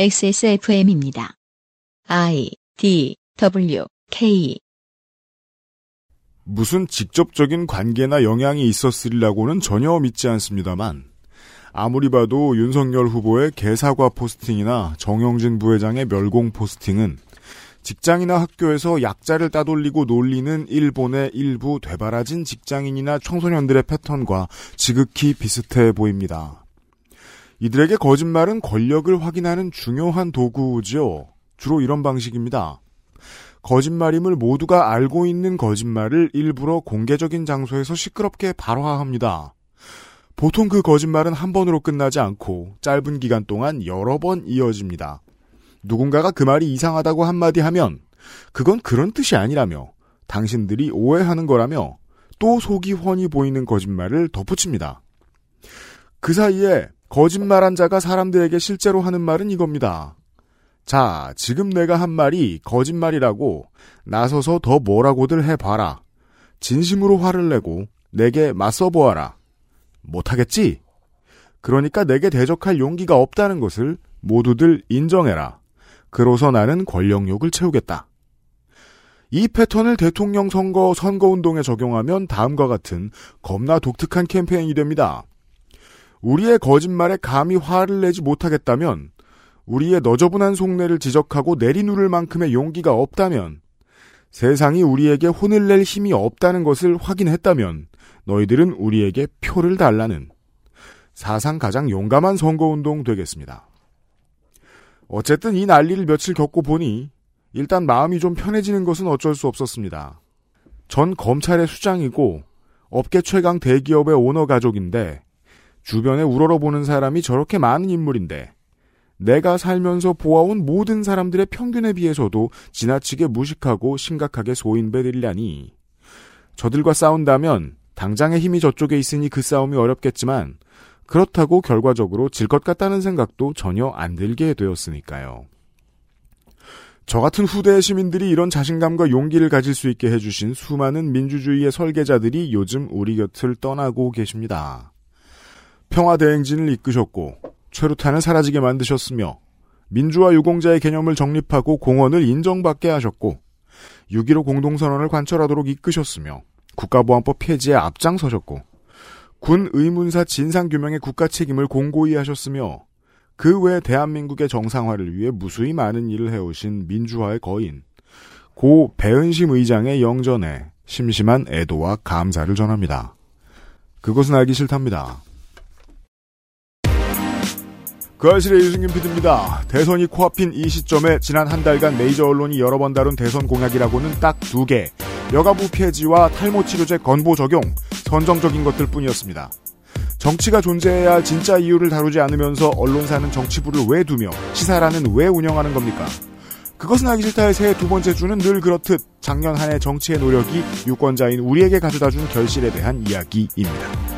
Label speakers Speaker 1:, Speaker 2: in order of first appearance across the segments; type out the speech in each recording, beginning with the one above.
Speaker 1: XSFM입니다. I D W K
Speaker 2: 무슨 직접적인 관계나 영향이 있었으리라고는 전혀 믿지 않습니다만 아무리 봐도 윤석열 후보의 개사과 포스팅이나 정영진 부회장의 멸공 포스팅은 직장이나 학교에서 약자를 따돌리고 놀리는 일본의 일부 되바라진 직장인이나 청소년들의 패턴과 지극히 비슷해 보입니다. 이들에게 거짓말은 권력을 확인하는 중요한 도구지요. 주로 이런 방식입니다. 거짓말임을 모두가 알고 있는 거짓말을 일부러 공개적인 장소에서 시끄럽게 발화합니다. 보통 그 거짓말은 한 번으로 끝나지 않고 짧은 기간 동안 여러 번 이어집니다. 누군가가 그 말이 이상하다고 한마디 하면 그건 그런 뜻이 아니라며 당신들이 오해하는 거라며 또 속이 훤히 보이는 거짓말을 덧붙입니다. 그 사이에 거짓말한 자가 사람들에게 실제로 하는 말은 이겁니다. 자, 지금 내가 한 말이 거짓말이라고 나서서 더 뭐라고들 해봐라. 진심으로 화를 내고 내게 맞서보아라. 못하겠지? 그러니까 내게 대적할 용기가 없다는 것을 모두들 인정해라. 그로서 나는 권력욕을 채우겠다. 이 패턴을 대통령 선거 선거운동에 적용하면 다음과 같은 겁나 독특한 캠페인이 됩니다. 우리의 거짓말에 감히 화를 내지 못하겠다면, 우리의 너저분한 속내를 지적하고 내리누를 만큼의 용기가 없다면, 세상이 우리에게 혼을 낼 힘이 없다는 것을 확인했다면, 너희들은 우리에게 표를 달라는 사상 가장 용감한 선거운동 되겠습니다. 어쨌든 이 난리를 며칠 겪고 보니 일단 마음이 좀 편해지는 것은 어쩔 수 없었습니다. 전 검찰의 수장이고 업계 최강 대기업의 오너 가족인데 주변에 우러러보는 사람이 저렇게 많은 인물인데 내가 살면서 보아온 모든 사람들의 평균에 비해서도 지나치게 무식하고 심각하게 소인배들이라니 저들과 싸운다면 당장의 힘이 저쪽에 있으니 그 싸움이 어렵겠지만 그렇다고 결과적으로 질 것 같다는 생각도 전혀 안 들게 되었으니까요. 저 같은 후대의 시민들이 이런 자신감과 용기를 가질 수 있게 해주신 수많은 민주주의의 설계자들이 요즘 우리 곁을 떠나고 계십니다. 평화대행진을 이끄셨고, 최루탄을 사라지게 만드셨으며, 민주화 유공자의 개념을 정립하고 공헌을 인정받게 하셨고, 6.15 공동선언을 관철하도록 이끄셨으며, 국가보안법 폐지에 앞장서셨고, 군 의문사 진상규명의 국가 책임을 공고히 하셨으며 그 외 대한민국의 정상화를 위해 무수히 많은 일을 해오신 민주화의 거인 고 배은심 의장의 영전에 심심한 애도와 감사를 전합니다. 그것은 알기 싫답니다. 그 알실의 유승균 PD입니다. 대선이 코앞인 이 시점에 지난 한 달간 메이저 언론이 여러 번 다룬 대선 공약이라고는 딱 두 개. 여가부 폐지와 탈모 치료제 건보 적용, 선정적인 것들 뿐이었습니다. 정치가 존재해야 할 진짜 이유를 다루지 않으면서 언론사는 정치부를 왜 두며 시사라는 왜 운영하는 겁니까? 그것은 알기 싫다의 새해 두 번째 주는 늘 그렇듯 작년 한 해 정치의 노력이 유권자인 우리에게 가져다준 결실에 대한 이야기입니다.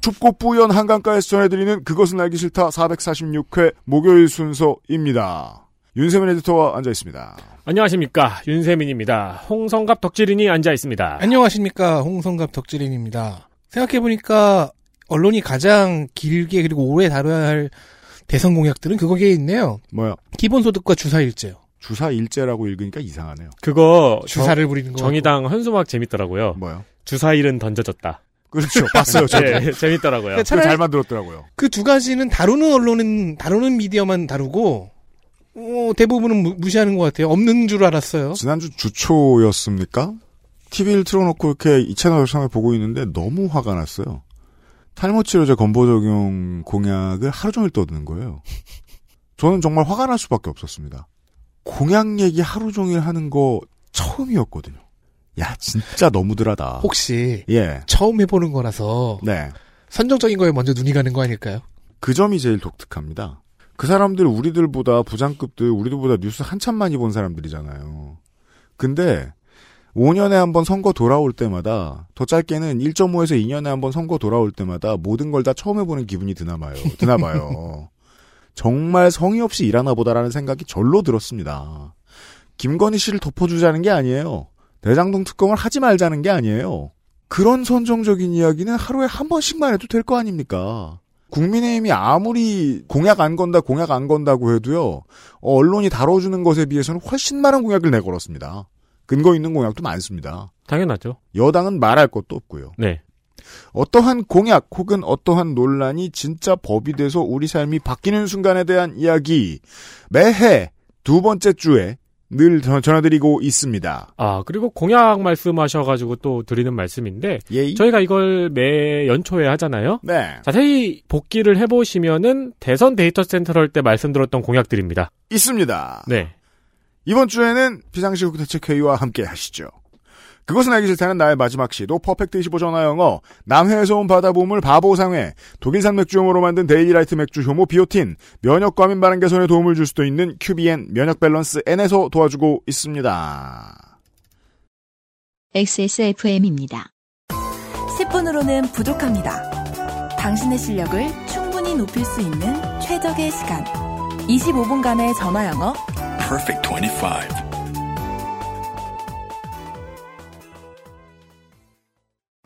Speaker 2: 춥고 뿌연 한강가에서 전해드리는 그것은 알기 싫다 446회 목요일 순서입니다. 윤세민 에디터와 앉아 있습니다.
Speaker 3: 안녕하십니까 윤세민입니다. 홍성갑 덕질인이 앉아 있습니다.
Speaker 4: 안녕하십니까 홍성갑 덕질인입니다. 생각해보니까 언론이 가장 길게 그리고 오래 다뤄야 할 대선 공약들은 그거에 있네요.
Speaker 2: 뭐야
Speaker 4: 기본소득과 주사일제요.
Speaker 2: 주사 일제라고 읽으니까 이상하네요.
Speaker 3: 그거
Speaker 4: 주사를 부리는 거.
Speaker 3: 정, 의당 현수막 재밌더라고요.
Speaker 2: 뭐요?
Speaker 3: 주사일은 던져졌다.
Speaker 2: 그렇죠. 봤어요. 저도.
Speaker 3: 예, 재밌더라고요.
Speaker 2: 그거
Speaker 4: 그러니까 차라리
Speaker 2: 잘 만들었더라고요.
Speaker 4: 그 두 가지는 다루는 언론은 다루는 미디어만 다루고 어, 대부분은 무, 무시하는 것 같아요. 없는 줄 알았어요.
Speaker 2: 지난주 주초였습니까? TV를 틀어놓고 이렇게 이 채널 상을 보고 있는데 너무 화가 났어요. 탈모 치료제 건보 적용 공약을 하루 종일 떠드는 거예요. 저는 정말 화가 날 수밖에 없었습니다. 공약 얘기 하루 종일 하는 거 처음이었거든요. 야, 진짜 너무들하다.
Speaker 4: 혹시
Speaker 2: 예.
Speaker 4: 처음 해보는 거라서
Speaker 2: 네.
Speaker 4: 선정적인 거에 먼저 눈이 가는 거 아닐까요?
Speaker 2: 그 점이 제일 독특합니다. 그 사람들 우리들보다 부장급들 우리들보다 뉴스 한참 많이 본 사람들이잖아요. 근데 5년에 한 번 선거 돌아올 때마다 더 짧게는 1.5에서 2년에 한 번 선거 돌아올 때마다 모든 걸 다 처음 해보는 기분이 드나봐요. 드나봐요. 정말 성의 없이 일하나 보다라는 생각이 절로 들었습니다. 김건희 씨를 덮어주자는 게 아니에요. 대장동 특검을 하지 말자는 게 아니에요. 그런 선정적인 이야기는 하루에 한 번씩만 해도 될 거 아닙니까? 국민의힘이 아무리 공약 안 건다, 공약 안 건다고 해도요, 어, 언론이 다뤄주는 것에 비해서는 훨씬 많은 공약을 내걸었습니다. 근거 있는 공약도 많습니다.
Speaker 3: 당연하죠.
Speaker 2: 여당은 말할 것도 없고요.
Speaker 3: 네.
Speaker 2: 어떠한 공약 혹은 어떠한 논란이 진짜 법이 돼서 우리 삶이 바뀌는 순간에 대한 이야기 매해 두 번째 주에 늘 전- 전해드리고 있습니다.
Speaker 3: 아, 그리고 공약 말씀하셔가지고 또 드리는 말씀인데,
Speaker 2: 예이.
Speaker 3: 저희가 이걸 매 연초에 하잖아요?
Speaker 2: 네
Speaker 3: 자세히 복기를 해보시면은 대선 데이터 센터럴 때 말씀드렸던 공약들입니다.
Speaker 2: 있습니다.
Speaker 3: 네.
Speaker 2: 이번 주에는 비상시국 대책회의와 함께 하시죠. 그것은 알기 싫다는 나의 마지막 시도 퍼펙트 25 전화영어 남해에서 온 바다보물 바보상회 독일산 맥주용으로 만든 데일리라이트 맥주 효모 비오틴 면역 과민 발행 개선에 도움을 줄 수도 있는 큐비엔 면역 밸런스 N에서 도와주고 있습니다.
Speaker 1: XSFM입니다.
Speaker 5: 10분으로는 부족합니다. 당신의 실력을 충분히 높일 수 있는 최적의 시간. 25분간의 전화 영어
Speaker 6: Perfect 25.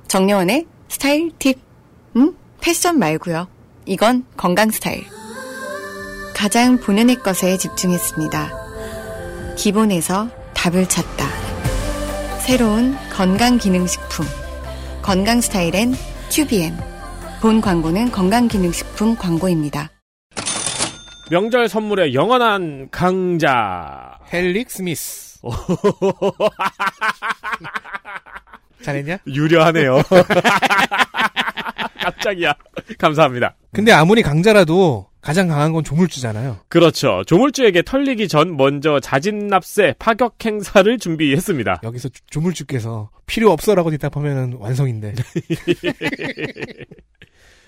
Speaker 7: 정려원의 스타일 팁. 음? 패션 말고요. 이건 건강 스타일. 가장 본연의 것에 집중했습니다. 기본에서 답을 찾다. 새로운 건강 기능식품. 건강 스타일엔 큐비엔. 본 광고는 건강 기능식품 광고입니다.
Speaker 3: 명절 선물의 영원한 강자.
Speaker 4: 헬릭 스미스. 잘했냐?
Speaker 3: 유려하네요. 깜짝이야. 감사합니다.
Speaker 4: 근데 아무리 강자라도 가장 강한 건 조물주잖아요.
Speaker 3: 그렇죠. 조물주에게 털리기 전 먼저 자진납세 파격 행사를 준비했습니다.
Speaker 4: 여기서 조- 조물주께서 필요 없어라고 대답하면 완성인데.
Speaker 2: 네.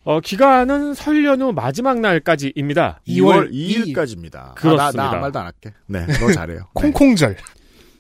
Speaker 3: 어, 기간은 설 연휴 마지막 날까지입니다.
Speaker 2: 2월
Speaker 4: 2월
Speaker 2: 2일까지입니다.
Speaker 3: 그렇습니다.
Speaker 2: 나, 아무 말도 안 할게. 네, 너 잘해요.
Speaker 4: 콩콩절.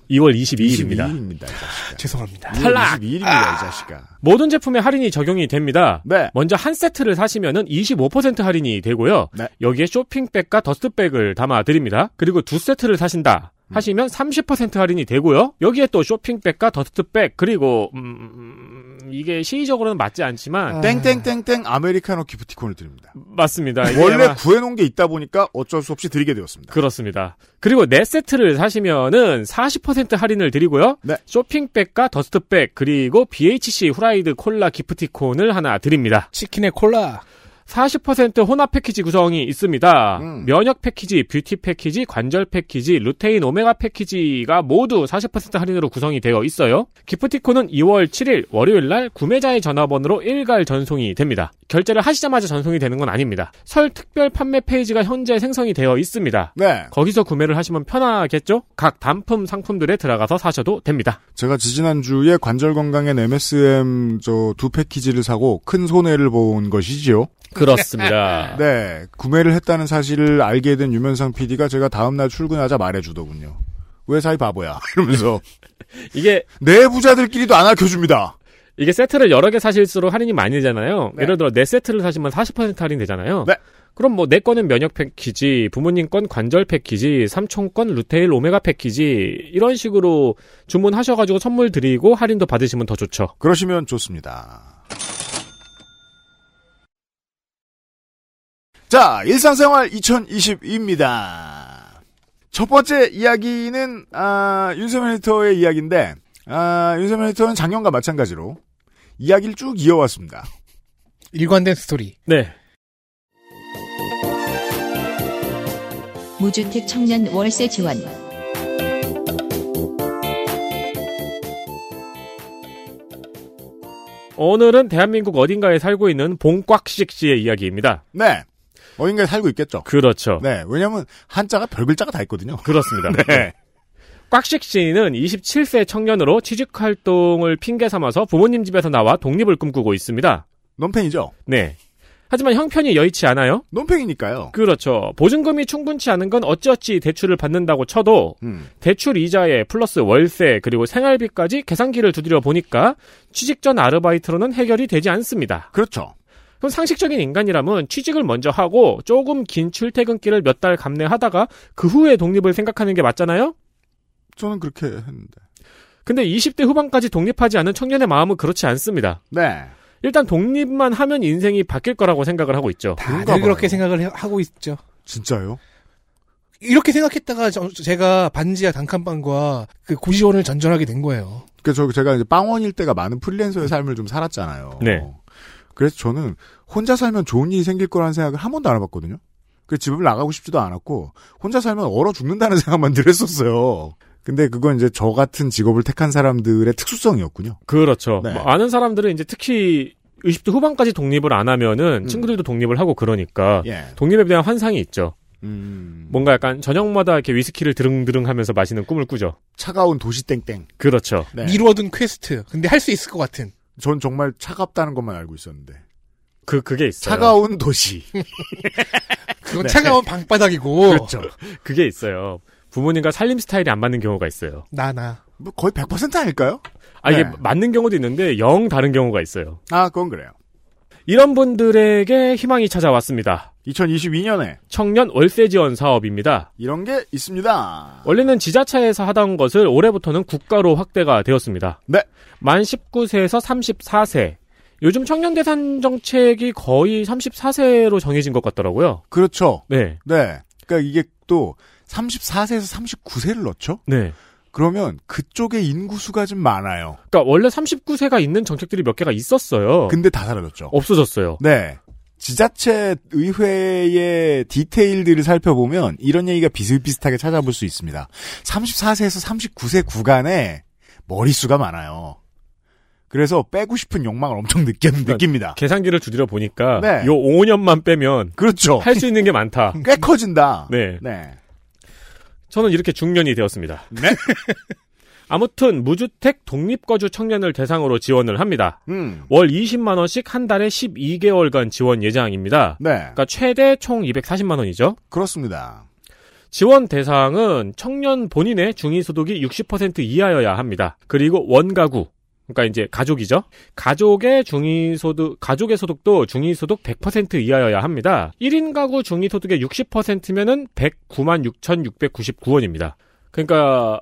Speaker 3: 2월 22일입니다.
Speaker 2: 22일입니다, 이 자식아.
Speaker 4: 죄송합니다.
Speaker 2: 22일입니다, 이 자식아.
Speaker 3: 모든 제품에 할인이 적용이 됩니다.
Speaker 2: 네.
Speaker 3: 먼저 한 세트를 사시면은 25% 할인이 되고요.
Speaker 2: 네.
Speaker 3: 여기에 쇼핑백과 더스트백을 담아 드립니다. 그리고 두 세트를 사신다 하시면 30% 할인이 되고요. 여기에 또 쇼핑백과 더스트백 그리고 음, 음, 이게 시의적으로는 맞지 않지만
Speaker 4: 아.
Speaker 2: 땡땡땡땡 아메리카노 기프티콘을 드립니다.
Speaker 3: 맞습니다. 이게
Speaker 2: 원래
Speaker 3: 아마-
Speaker 2: 구해놓은 게 있다 보니까 어쩔 수 없이 드리게 되었습니다.
Speaker 3: 그렇습니다. 그리고 네 세트를 사시면은 40% 할인을 드리고요.
Speaker 2: 네.
Speaker 3: 쇼핑백과 더스트백 그리고 BHC 후라이드 콜라 기프티콘을 하나 드립니다.
Speaker 4: 치킨에 콜라.
Speaker 3: 40% 혼합 패키지 구성이 있습니다.
Speaker 2: 음.
Speaker 3: 면역 패키지, 뷰티 패키지, 관절 패키지, 루테인 오메가 패키지가 모두 40% 할인으로 구성이 되어 있어요. 기프티콘은 2월 7일 월요일 날 구매자의 전화번호로 일괄 전송이 됩니다. 결제를 하시자마자 전송이 되는 건 아닙니다. 설 특별 판매 페이지가 현재 생성이 되어 있습니다.
Speaker 2: 네.
Speaker 3: 거기서 구매를 하시면 편하겠죠? 각 단품 상품들에 들어가서 사셔도 됩니다.
Speaker 2: 제가 지지난주에 관절 건강엔 MSM 저 두 패키지를 사고 큰 손해를 본 것이지요.
Speaker 3: 그렇습니다.
Speaker 2: 네. 구매를 했다는 사실을 알게 된 유면상 PD가 제가 다음날 출근하자 말해주더군요. 왜 사이 바보야? 이러면서.
Speaker 3: 네. 이게
Speaker 2: 내 부자들끼리도 안 아껴줍니다.
Speaker 3: 이게 세트를 여러 개 사실수록 할인이 많이 되잖아요.
Speaker 2: 네.
Speaker 3: 예를 들어 네 세트를 사시면 40% 할인 되잖아요.
Speaker 2: 네.
Speaker 3: 그럼 뭐 내 거는 면역 패키지, 부모님 건 관절 패키지, 삼촌 건 루테일 오메가 패키지 이런 식으로 주문하셔가지고 선물 드리고 할인도 받으시면 더 좋죠.
Speaker 2: 그러시면 좋습니다. 자, 일상생활 2022입니다. 첫 번째 이야기는, 아, 윤세민 에디터의 이야기인데, 아, 윤세민 에디터는 작년과 마찬가지로 이야기를 쭉 이어왔습니다.
Speaker 4: 일관된 스토리.
Speaker 3: 네.
Speaker 1: 무주택 청년 월세 지원.
Speaker 3: 오늘은 대한민국 어딘가에 살고 있는 봉꽉식 씨의 이야기입니다.
Speaker 2: 네. 어딘가에 살고 있겠죠.
Speaker 3: 그렇죠.
Speaker 2: 네. 왜냐면, 한자가 별글자가 다 있거든요.
Speaker 3: 그렇습니다.
Speaker 2: 네.
Speaker 3: 꽉식 씨는 27세 청년으로 취직 활동을 핑계 삼아서 부모님 집에서 나와 독립을 꿈꾸고 있습니다.
Speaker 2: 논팽이죠.
Speaker 3: 네. 하지만 형편이 여의치 않아요.
Speaker 2: 논팽이니까요.
Speaker 3: 그렇죠. 보증금이 충분치 않은 건 어찌어찌 대출을 받는다고 쳐도
Speaker 2: 음.
Speaker 3: 대출 이자에 플러스 월세 그리고 생활비까지 계산기를 두드려 보니까 취직 전 아르바이트로는 해결이 되지 않습니다.
Speaker 2: 그렇죠.
Speaker 3: 그럼 상식적인 인간이라면 취직을 먼저 하고 조금 긴 출퇴근길을 몇 달 감내하다가 그 후에 독립을 생각하는 게 맞잖아요?
Speaker 2: 저는 그렇게 했는데.
Speaker 3: 근데 20대 후반까지 독립하지 않은 청년의 마음은 그렇지 않습니다.
Speaker 2: 네.
Speaker 3: 일단 독립만 하면 인생이 바뀔 거라고 생각을 하고 있죠.
Speaker 2: 그런가
Speaker 4: 다들
Speaker 2: 봐요.
Speaker 4: 그렇게 생각을 해- 하고 있죠.
Speaker 2: 진짜요?
Speaker 4: 이렇게 생각했다가 저- 제가 반지하 단칸방과 그 고시원을 전전하게 된 거예요.
Speaker 2: 그저 제가 이제 빵원일 때가 많은 프리랜서의 삶을 좀 살았잖아요.
Speaker 3: 네.
Speaker 2: 그래서 저는 혼자 살면 좋은 일이 생길 거라는 생각을 한 번도 안 해봤거든요. 그 집을 나가고 싶지도 않았고 혼자 살면 얼어 죽는다는 생각만 늘 했었어요. 근데 그건 이제 저 같은 직업을 택한 사람들의 특수성이었군요.
Speaker 3: 그렇죠.
Speaker 2: 네.
Speaker 3: 뭐 아는 사람들은 이제 특히 20대 후반까지 독립을 안 하면은 친구들도 독립을 하고 그러니까
Speaker 2: 음. 예.
Speaker 3: 독립에 대한 환상이 있죠.
Speaker 2: 음,
Speaker 3: 뭔가 약간 저녁마다 이렇게 위스키를 드릉드릉 하면서 마시는 꿈을 꾸죠.
Speaker 2: 차가운 도시 땡땡.
Speaker 3: 그렇죠.
Speaker 2: 네.
Speaker 4: 미루어둔 퀘스트. 근데 할 수 있을 것 같은.
Speaker 2: 전 정말 차갑다는 것만 알고 있었는데
Speaker 3: 그 그게 있어요.
Speaker 2: 차가운 도시.
Speaker 4: 그건
Speaker 2: 네.
Speaker 4: 차가운 방바닥이고.
Speaker 2: 그렇죠.
Speaker 3: 그게 있어요. 부모님과 살림 스타일이 안 맞는 경우가 있어요.
Speaker 4: 나나.
Speaker 2: 뭐 거의 100% 아닐까요?
Speaker 3: 아 이게
Speaker 2: 네.
Speaker 3: 맞는 경우도 있는데 영 다른 경우가 있어요.
Speaker 2: 아 그건 그래요.
Speaker 3: 이런 분들에게 희망이 찾아왔습니다.
Speaker 2: 2022년에
Speaker 3: 청년 월세 지원 사업입니다.
Speaker 2: 이런 게 있습니다.
Speaker 3: 원래는 지자체에서 하던 것을 올해부터는 국가로 확대가 되었습니다.
Speaker 2: 네.
Speaker 3: 만 19세에서 34세. 요즘 청년 대상 정책이 거의 34세로 정해진 것 같더라고요.
Speaker 2: 그렇죠.
Speaker 3: 네.
Speaker 2: 네. 그러니까 이게 또 34세에서 39세를 넣죠?
Speaker 3: 네.
Speaker 2: 그러면 그쪽의 인구수가 좀 많아요.
Speaker 3: 그러니까 원래 39세가 있는 정책들이 몇 개가 있었어요.
Speaker 2: 근데 다 사라졌죠.
Speaker 3: 없어졌어요.
Speaker 2: 네. 지자체 의회의 디테일들을 살펴보면 이런 얘기가 비슷비슷하게 찾아볼 수 있습니다. 34세에서 39세 구간에 머릿수가 많아요. 그래서 빼고 싶은 욕망을 엄청 느끼, 느낍니다.
Speaker 3: 계산기를 두드려 보니까
Speaker 2: 네.
Speaker 3: 요 5년만 빼면
Speaker 2: 그렇죠.
Speaker 3: 할 수 있는 게 많다.
Speaker 2: 꽤 커진다.
Speaker 3: 네.
Speaker 2: 네.
Speaker 3: 저는 이렇게 중년이 되었습니다. 아무튼 무주택 독립거주 청년을 대상으로 지원을 합니다.
Speaker 2: 음.
Speaker 3: 월 20만 원씩 한 달에 12개월간 지원 예정입니다.
Speaker 2: 네.
Speaker 3: 그러니까 최대 총 240만 원이죠.
Speaker 2: 그렇습니다.
Speaker 3: 지원 대상은 청년 본인의 중위 소득이 60% 이하여야 합니다. 그리고 원가구 그러니까 이제 가족이죠. 가족의 중위 소득 가족의 소득도 중위 소득 100% 이하여야 합니다. 1인 가구 중위 소득의 60%면은 109만 6,699원입니다. 그러니까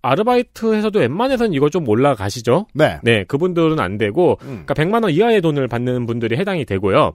Speaker 3: 아르바이트에서도 웬만해선 이거 좀 올라가시죠.
Speaker 2: 네.
Speaker 3: 네, 그분들은 안 되고
Speaker 2: 음.
Speaker 3: 그러니까 100만 원 이하의 돈을 받는 분들이 해당이 되고요.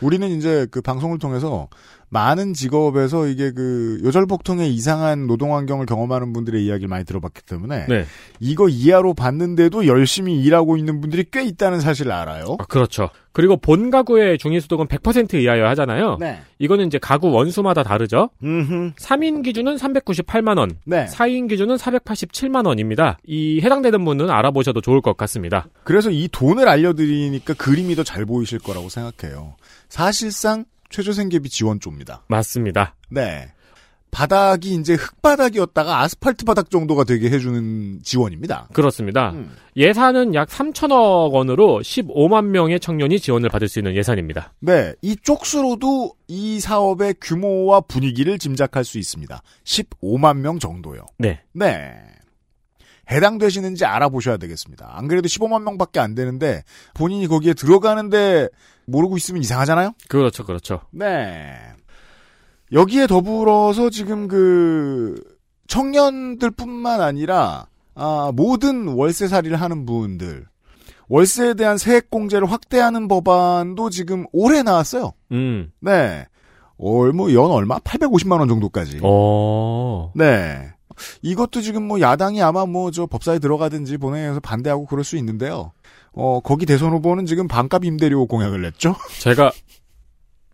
Speaker 2: 우리는 이제 그 방송을 통해서 많은 직업에서 이게 그 요절복통의 이상한 노동 환경을 경험하는 분들의 이야기를 많이 들어봤기 때문에
Speaker 3: 네.
Speaker 2: 이거 이하로 받는데도 열심히 일하고 있는 분들이 꽤 있다는 사실을 알아요.
Speaker 3: 아, 그렇죠. 그리고 본 가구의 중위 소득은 100% 이하여야 하잖아요.
Speaker 2: 네.
Speaker 3: 이거는 이제 가구 원수마다 다르죠.
Speaker 2: 음.
Speaker 3: 3인 기준은 398만 원,
Speaker 2: 네.
Speaker 3: 4인 기준은 487만 원입니다. 이 해당되는 분은 알아보셔도 좋을 것 같습니다.
Speaker 2: 그래서 이 돈을 알려드리니까 그림이 더 잘 보이실 거라고 생각해요. 사실상 최저생계비 지원조입니다.
Speaker 3: 맞습니다.
Speaker 2: 네. 바닥이 이제 흙바닥이었다가 아스팔트 바닥 정도가 되게 해주는 지원입니다.
Speaker 3: 그렇습니다.
Speaker 2: 음.
Speaker 3: 예산은 약 3천억 원으로 15만 명의 청년이 지원을 받을 수 있는 예산입니다.
Speaker 2: 네, 이 쪽수로도 이 사업의 규모와 분위기를 짐작할 수 있습니다. 15만 명 정도요.
Speaker 3: 네.
Speaker 2: 네. 해당되시는지 알아보셔야 되겠습니다. 안 그래도 15만 명밖에 안 되는데 본인이 거기에 들어가는데 모르고 있으면 이상하잖아요.
Speaker 3: 그렇죠, 그렇죠.
Speaker 2: 네. 여기에 더불어서 지금 그 청년들뿐만 아니라 아, 모든 월세살이를 하는 분들 월세에 대한 세액 공제를 확대하는 법안도 지금 올해 나왔어요.
Speaker 3: 음.
Speaker 2: 네. 얼마 연 얼마 850만 원 정도까지.
Speaker 3: 어.
Speaker 2: 네. 이것도 지금 뭐 야당이 아마 뭐 저 법사에 들어가든지 본회의에서 반대하고 그럴 수 있는데요. 어 거기 대선 후보는 지금 반값 임대료 공약을 냈죠.
Speaker 3: 제가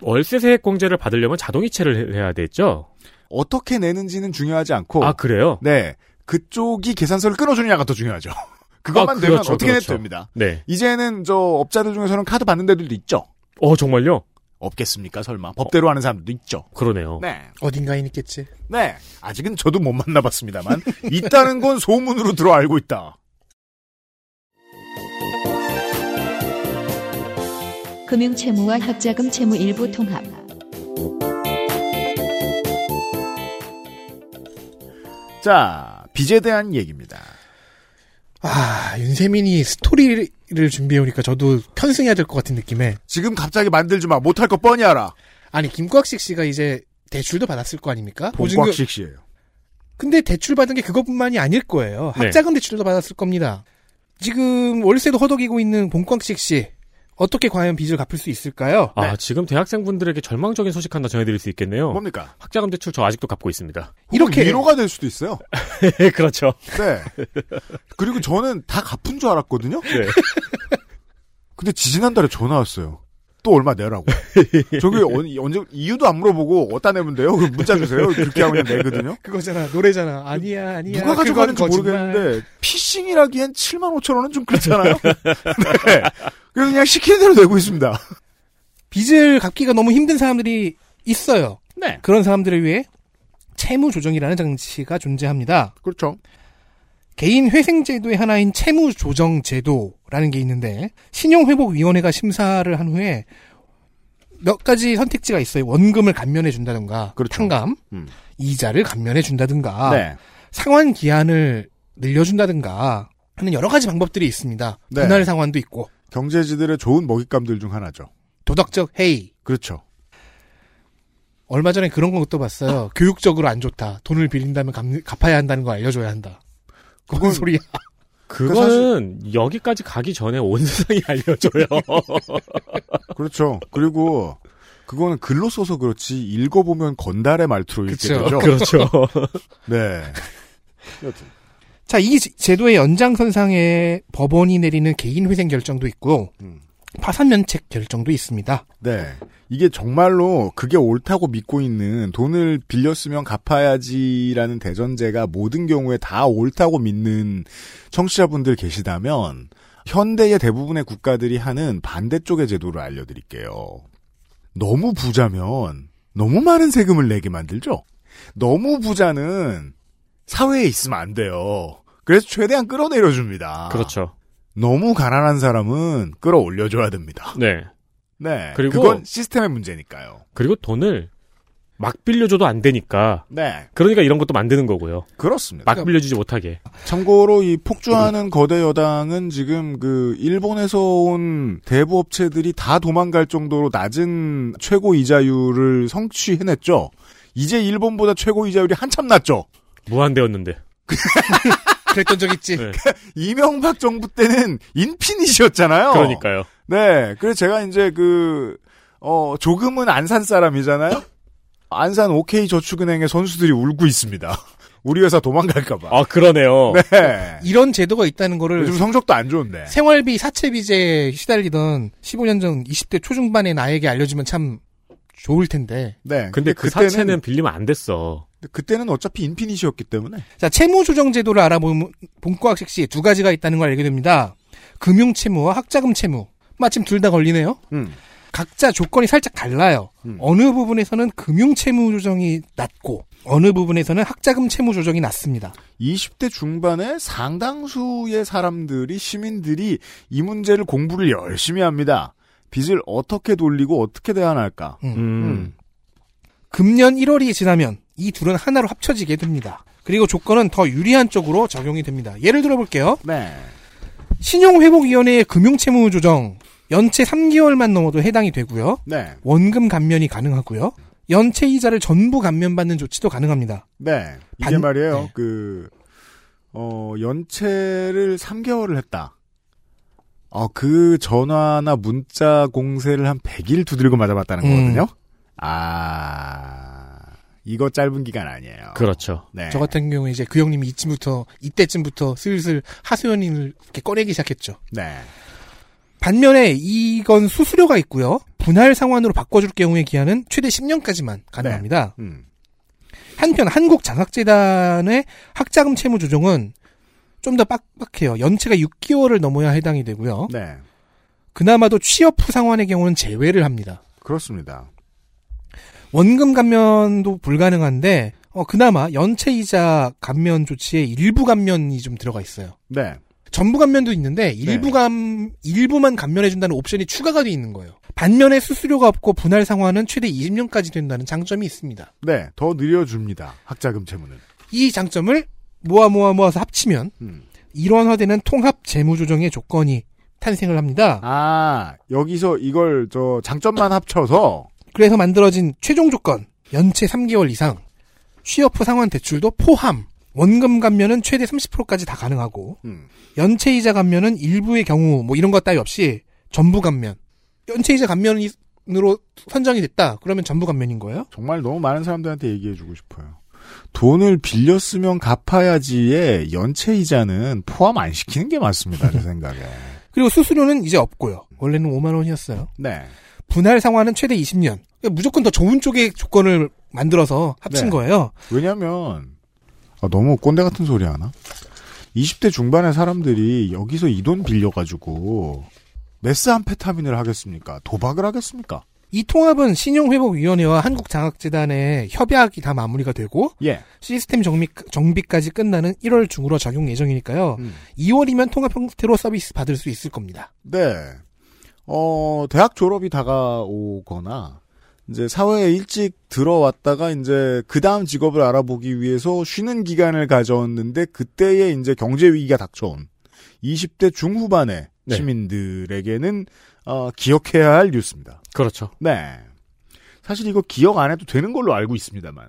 Speaker 3: 월세 세액 공제를 받으려면 자동이체를 해- 해야 되죠?
Speaker 2: 어떻게 내는지는 중요하지 않고
Speaker 3: 아, 그래요?
Speaker 2: 네. 그쪽이 계산서를 끊어주느냐가 더 중요하죠. 그것만
Speaker 3: 아,
Speaker 2: 되면
Speaker 3: 그렇죠,
Speaker 2: 어떻게 내도
Speaker 3: 그렇죠.
Speaker 2: 됩니다.
Speaker 3: 네.
Speaker 2: 이제는 저 업자들 중에서는 카드 받는 데들도 있죠.
Speaker 3: 어, 정말요?
Speaker 2: 없겠습니까, 설마. 법대로 하는 사람도 있죠.
Speaker 3: 그러네요.
Speaker 2: 네.
Speaker 4: 어딘가엔 있겠지.
Speaker 2: 네. 아직은 저도 못 만나봤습니다만, 있다는 건 소문으로 들어 알고 있다.
Speaker 1: 금융채무와 학자금 채무 일부 통합.
Speaker 2: 자, 빚에 대한 얘기입니다.
Speaker 4: 아, 윤세민이 스토리를 준비해오니까 저도 편승해야 될 것 같은 느낌에.
Speaker 2: 지금 갑자기 만들지 마. 못할 거 뻔히 알아. 어,
Speaker 4: 아니, 김곽식 씨가 이제 대출도 받았을 거 아닙니까? 보증금,
Speaker 2: 본곽식 씨예요
Speaker 4: 근데 대출 받은 게 그것뿐만이 아닐 거예요.
Speaker 3: 네.
Speaker 4: 학자금 대출도 받았을 겁니다. 지금 월세도 허덕이고 있는 봉광식 씨 어떻게 과연 빚을 갚을 수 있을까요?
Speaker 3: 아,
Speaker 2: 네.
Speaker 3: 지금 대학생분들에게 절망적인 소식 하나 전해드릴 수 있겠네요.
Speaker 2: 뭡니까?
Speaker 3: 학자금 대출 저 아직도 갚고 있습니다.
Speaker 4: 이렇게
Speaker 2: 위로가 될 수도 있어요.
Speaker 3: 네, 그렇죠.
Speaker 2: 네. 그리고 저는 다 갚은 줄 알았거든요.
Speaker 3: 네.
Speaker 2: 근데 지지난달에 전화 왔어요. 또 얼마 내라고. 저기 언- 언제 이유도 안 물어보고 어디다 내면 돼요? 그럼 문자 주세요. 그렇게 하면 내거든요.
Speaker 4: 그거잖아 노래잖아 아니야 아니야
Speaker 2: 누가
Speaker 4: 예, 그건
Speaker 2: 가져가는지
Speaker 4: 거짓말.
Speaker 2: 모르겠는데 피싱이라기엔 7만 5천 원은 좀 그렇잖아요. 네. 그래서 그냥 시키는 대로 되고 있습니다.
Speaker 4: 빚을 갚기가 너무 힘든 사람들이 있어요.
Speaker 3: 네.
Speaker 4: 그런 사람들을 위해 채무 조정이라는 장치가 존재합니다.
Speaker 2: 그렇죠.
Speaker 4: 개인 회생 제도의 하나인 채무 조정 제도라는 게 있는데 신용 회복 위원회가 심사를 한 후에 몇 가지 선택지가 있어요. 원금을 감면해 준다든가
Speaker 2: 그렇죠.
Speaker 4: 탕감,
Speaker 2: 음.
Speaker 4: 이자를 감면해 준다든가
Speaker 2: 네.
Speaker 4: 상환 기한을 늘려준다든가 하는 여러 가지 방법들이 있습니다.
Speaker 2: 네.
Speaker 4: 분할 상환도 있고
Speaker 2: 경제지들의 좋은 먹잇감들 중 하나죠.
Speaker 4: 도덕적 해이
Speaker 2: 그렇죠.
Speaker 4: 얼마 전에 그런 것도 봤어요. 교육적으로 안 좋다. 돈을 빌린다면 갚, 아야 한다는 거 알려줘야 한다. 그건 소리야.
Speaker 3: 그거는 여기까지 가기 전에 온 세상이 알려줘요.
Speaker 2: 그렇죠. 그리고 그거는 글로 써서 그렇지 읽어보면 건달의 말투로 읽게
Speaker 4: 그쵸.
Speaker 2: 되죠.
Speaker 3: 그렇죠.
Speaker 2: 네.
Speaker 4: 자, 이 제- 제도의 연장선상에 법원이 내리는 개인회생 결정도 있고
Speaker 2: 음.
Speaker 4: 파산면책 결정도 있습니다.
Speaker 2: 네. 이게 정말로 그게 옳다고 믿고 있는 돈을 빌렸으면 갚아야지라는 대전제가 모든 경우에 다 옳다고 믿는 청취자분들 계시다면 현대의 대부분의 국가들이 하는 반대쪽의 제도를 알려드릴게요. 너무 부자면 너무 많은 세금을 내게 만들죠. 너무 부자는 사회에 있으면 안 돼요. 그래서 최대한 끌어내려줍니다.
Speaker 3: 그렇죠.
Speaker 2: 너무 가난한 사람은 끌어올려줘야 됩니다.
Speaker 3: 네.
Speaker 2: 네.
Speaker 3: 그리고-
Speaker 2: 그건 시스템의 문제니까요.
Speaker 3: 그리고 돈을 막 빌려줘도 안 되니까.
Speaker 2: 네.
Speaker 3: 그러니까 이런 것도 만드는 거고요.
Speaker 2: 그렇습니다. 그러니까
Speaker 3: 막 빌려주지 못하게.
Speaker 2: 참고로 이 폭주하는 거대 여당은 지금 그 일본에서 온 대부업체들이 다 도망갈 정도로 낮은 최고 이자율을 성취해냈죠. 이제 일본보다 최고 이자율이 한참 낮죠.
Speaker 3: 무한대였는데.
Speaker 4: 그랬던 적 있지.
Speaker 3: 네.
Speaker 2: 이명박 정부 때는 인피니시였잖아요.
Speaker 3: 그러니까요.
Speaker 2: 네. 그래서 제가 이제 그, 어, 조금은 안산 사람이잖아요? 안산 OK 저축은행의 선수들이 울고 있습니다. 우리 회사 도망갈까봐.
Speaker 3: 아, 그러네요.
Speaker 2: 네.
Speaker 4: 이런 제도가 있다는 거를
Speaker 2: 요즘 성적도 안 좋은데.
Speaker 4: 생활비 사채비제에 시달리던 15년 전 20대 초중반의 나에게 알려주면 참 좋을 텐데.
Speaker 2: 네.
Speaker 3: 근데 그
Speaker 2: 그때는-
Speaker 3: 사채는 빌리면 안 됐어.
Speaker 2: 근데 그때는 어차피 인피니시였기 때문에.
Speaker 4: 자, 채무조정제도를 알아보면 본과학식 시두 가지가 있다는 걸 알게 됩니다. 금융채무와 학자금 채무. 마침 둘 다 걸리네요.
Speaker 2: 음.
Speaker 4: 각자 조건이 살짝 달라요.
Speaker 2: 음.
Speaker 4: 어느 부분에서는 금융채무 조정이 낮고 어느 부분에서는 학자금 채무 조정이 낮습니다.
Speaker 2: 20대 중반에 상당수의 사람들이 시민들이 이 문제를 공부를 열심히 합니다. 빚을 어떻게 돌리고 어떻게 대안할까?
Speaker 3: 음.
Speaker 4: 금년 1월이 지나면 이 둘은 하나로 합쳐지게 됩니다. 그리고 조건은 더 유리한 쪽으로 적용이 됩니다. 예를 들어볼게요.
Speaker 2: 네.
Speaker 4: 신용회복위원회의 금융채무 조정 연체 3개월만 넘어도 해당이 되고요.
Speaker 2: 네.
Speaker 4: 원금 감면이 가능하고요. 연체 이자를 전부 감면받는 조치도 가능합니다.
Speaker 2: 네. 이게
Speaker 4: 반-
Speaker 2: 말이에요.
Speaker 4: 네.
Speaker 2: 그, 어, 연체를 3개월을 했다. 어, 그 전화나 문자 공세를 한 100일 두들겨 맞아봤다는
Speaker 4: 음.
Speaker 2: 거거든요. 아, 이거 짧은 기간 아니에요.
Speaker 3: 그렇죠.
Speaker 2: 네.
Speaker 4: 저 같은 경우에 이제 그 형님이 이쯤부터 이때쯤부터 슬슬 하소연인을 이렇게 꺼내기 시작했죠.
Speaker 2: 네.
Speaker 4: 반면에 이건 수수료가 있고요. 분할 상환으로 바꿔줄 경우의 기한은 최대 10년까지만 가능합니다.
Speaker 2: 음.
Speaker 4: 한편 한국장학재단의 학자금 채무 조정은 좀 더 빡빡해요. 연체가 6개월을 넘어야 해당이 되고요.
Speaker 2: 네.
Speaker 4: 그나마도 취업 후 상환의 경우는 제외를 합니다.
Speaker 2: 그렇습니다.
Speaker 4: 원금 감면도 불가능한데 어, 그나마 연체 이자 감면 조치에 일부 감면이 좀 들어가 있어요.
Speaker 2: 네.
Speaker 4: 전부 감면도 있는데 일부 감 일부만 감면해 준다는 옵션이 추가가 돼 있는 거예요. 반면에 수수료가 없고 분할 상환은 최대 20년까지 된다는 장점이 있습니다.
Speaker 2: 네. 더 늘려줍니다. 학자금 채무는.
Speaker 4: 이 장점을 모아 모아 모아서 합치면
Speaker 2: 음.
Speaker 4: 일원화되는 통합 재무 조정의 조건이 탄생을 합니다.
Speaker 2: 아, 여기서 이걸 저 장점만 합쳐서
Speaker 4: 그래서 만들어진 최종 조건 연체 3개월 이상 취업 후 상환 대출도 포함. 원금 감면은 최대 30%까지 다 가능하고
Speaker 2: 음.
Speaker 4: 연체 이자 감면은 일부의 경우 뭐 이런 것 따위 없이 전부 감면. 연체 이자 감면으로 선정이 됐다. 그러면 전부 감면인 거예요?
Speaker 2: 정말 너무 많은 사람들한테 얘기해주고 싶어요. 돈을 빌렸으면 갚아야지에 연체 이자는 포함 안 시키는 게 맞습니다. 제 생각에.
Speaker 4: 그리고 수수료는 이제 없고요. 원래는 5만 원이었어요.
Speaker 2: 네.
Speaker 4: 분할 상환은 최대 20년. 그러니까 무조건 더 좋은 쪽의 조건을 만들어서 합친
Speaker 2: 네.
Speaker 4: 거예요.
Speaker 2: 왜냐면 아, 너무 꼰대 같은 소리 하나? 20대 중반의 사람들이 여기서 이 돈 빌려가지고 메스 암페타민을 하겠습니까? 도박을 하겠습니까?
Speaker 4: 이 통합은 신용회복위원회와 한국장학재단의 협약이 다 마무리가 되고
Speaker 2: 예.
Speaker 4: 시스템 정비, 정비까지 끝나는 1월 중으로 적용 예정이니까요.
Speaker 2: 음.
Speaker 4: 2월이면 통합 형태로 서비스 받을 수 있을 겁니다.
Speaker 2: 네. 어, 대학 졸업이 다가오거나, 이제 사회에 일찍 들어왔다가 이제 그 다음 직업을 알아보기 위해서 쉬는 기간을 가졌는데 그때에 이제 경제 위기가 닥쳐온 20대 중후반의
Speaker 3: 네.
Speaker 2: 시민들에게는 어, 기억해야 할 뉴스입니다.
Speaker 3: 그렇죠.
Speaker 2: 네. 사실 이거 기억 안 해도 되는 걸로 알고 있습니다만.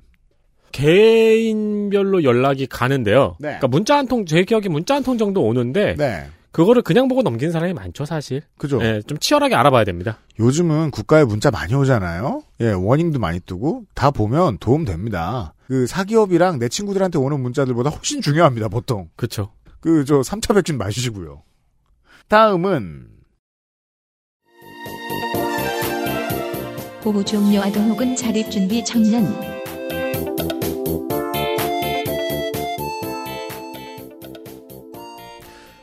Speaker 3: 개인별로 연락이 가는데요.
Speaker 2: 네.
Speaker 3: 그러니까 문자 한 통, 제 기억에 문자 한 통 정도 오는데
Speaker 2: 네.
Speaker 3: 그거를 그냥 보고 넘기는 사람이 많죠, 사실.
Speaker 2: 그죠.
Speaker 3: 예, 좀 치열하게 알아봐야 됩니다.
Speaker 2: 요즘은 국가에 문자 많이 오잖아요. 예, 워닝도 많이 뜨고 다 보면 도움 됩니다. 그 사기업이랑 내 친구들한테 오는 문자들보다 훨씬 중요합니다. 보통
Speaker 3: 그렇죠.
Speaker 2: 그 저 3차 백신 마시고요. 다음은
Speaker 1: 보호 종료 아동 혹은 자립 준비 청년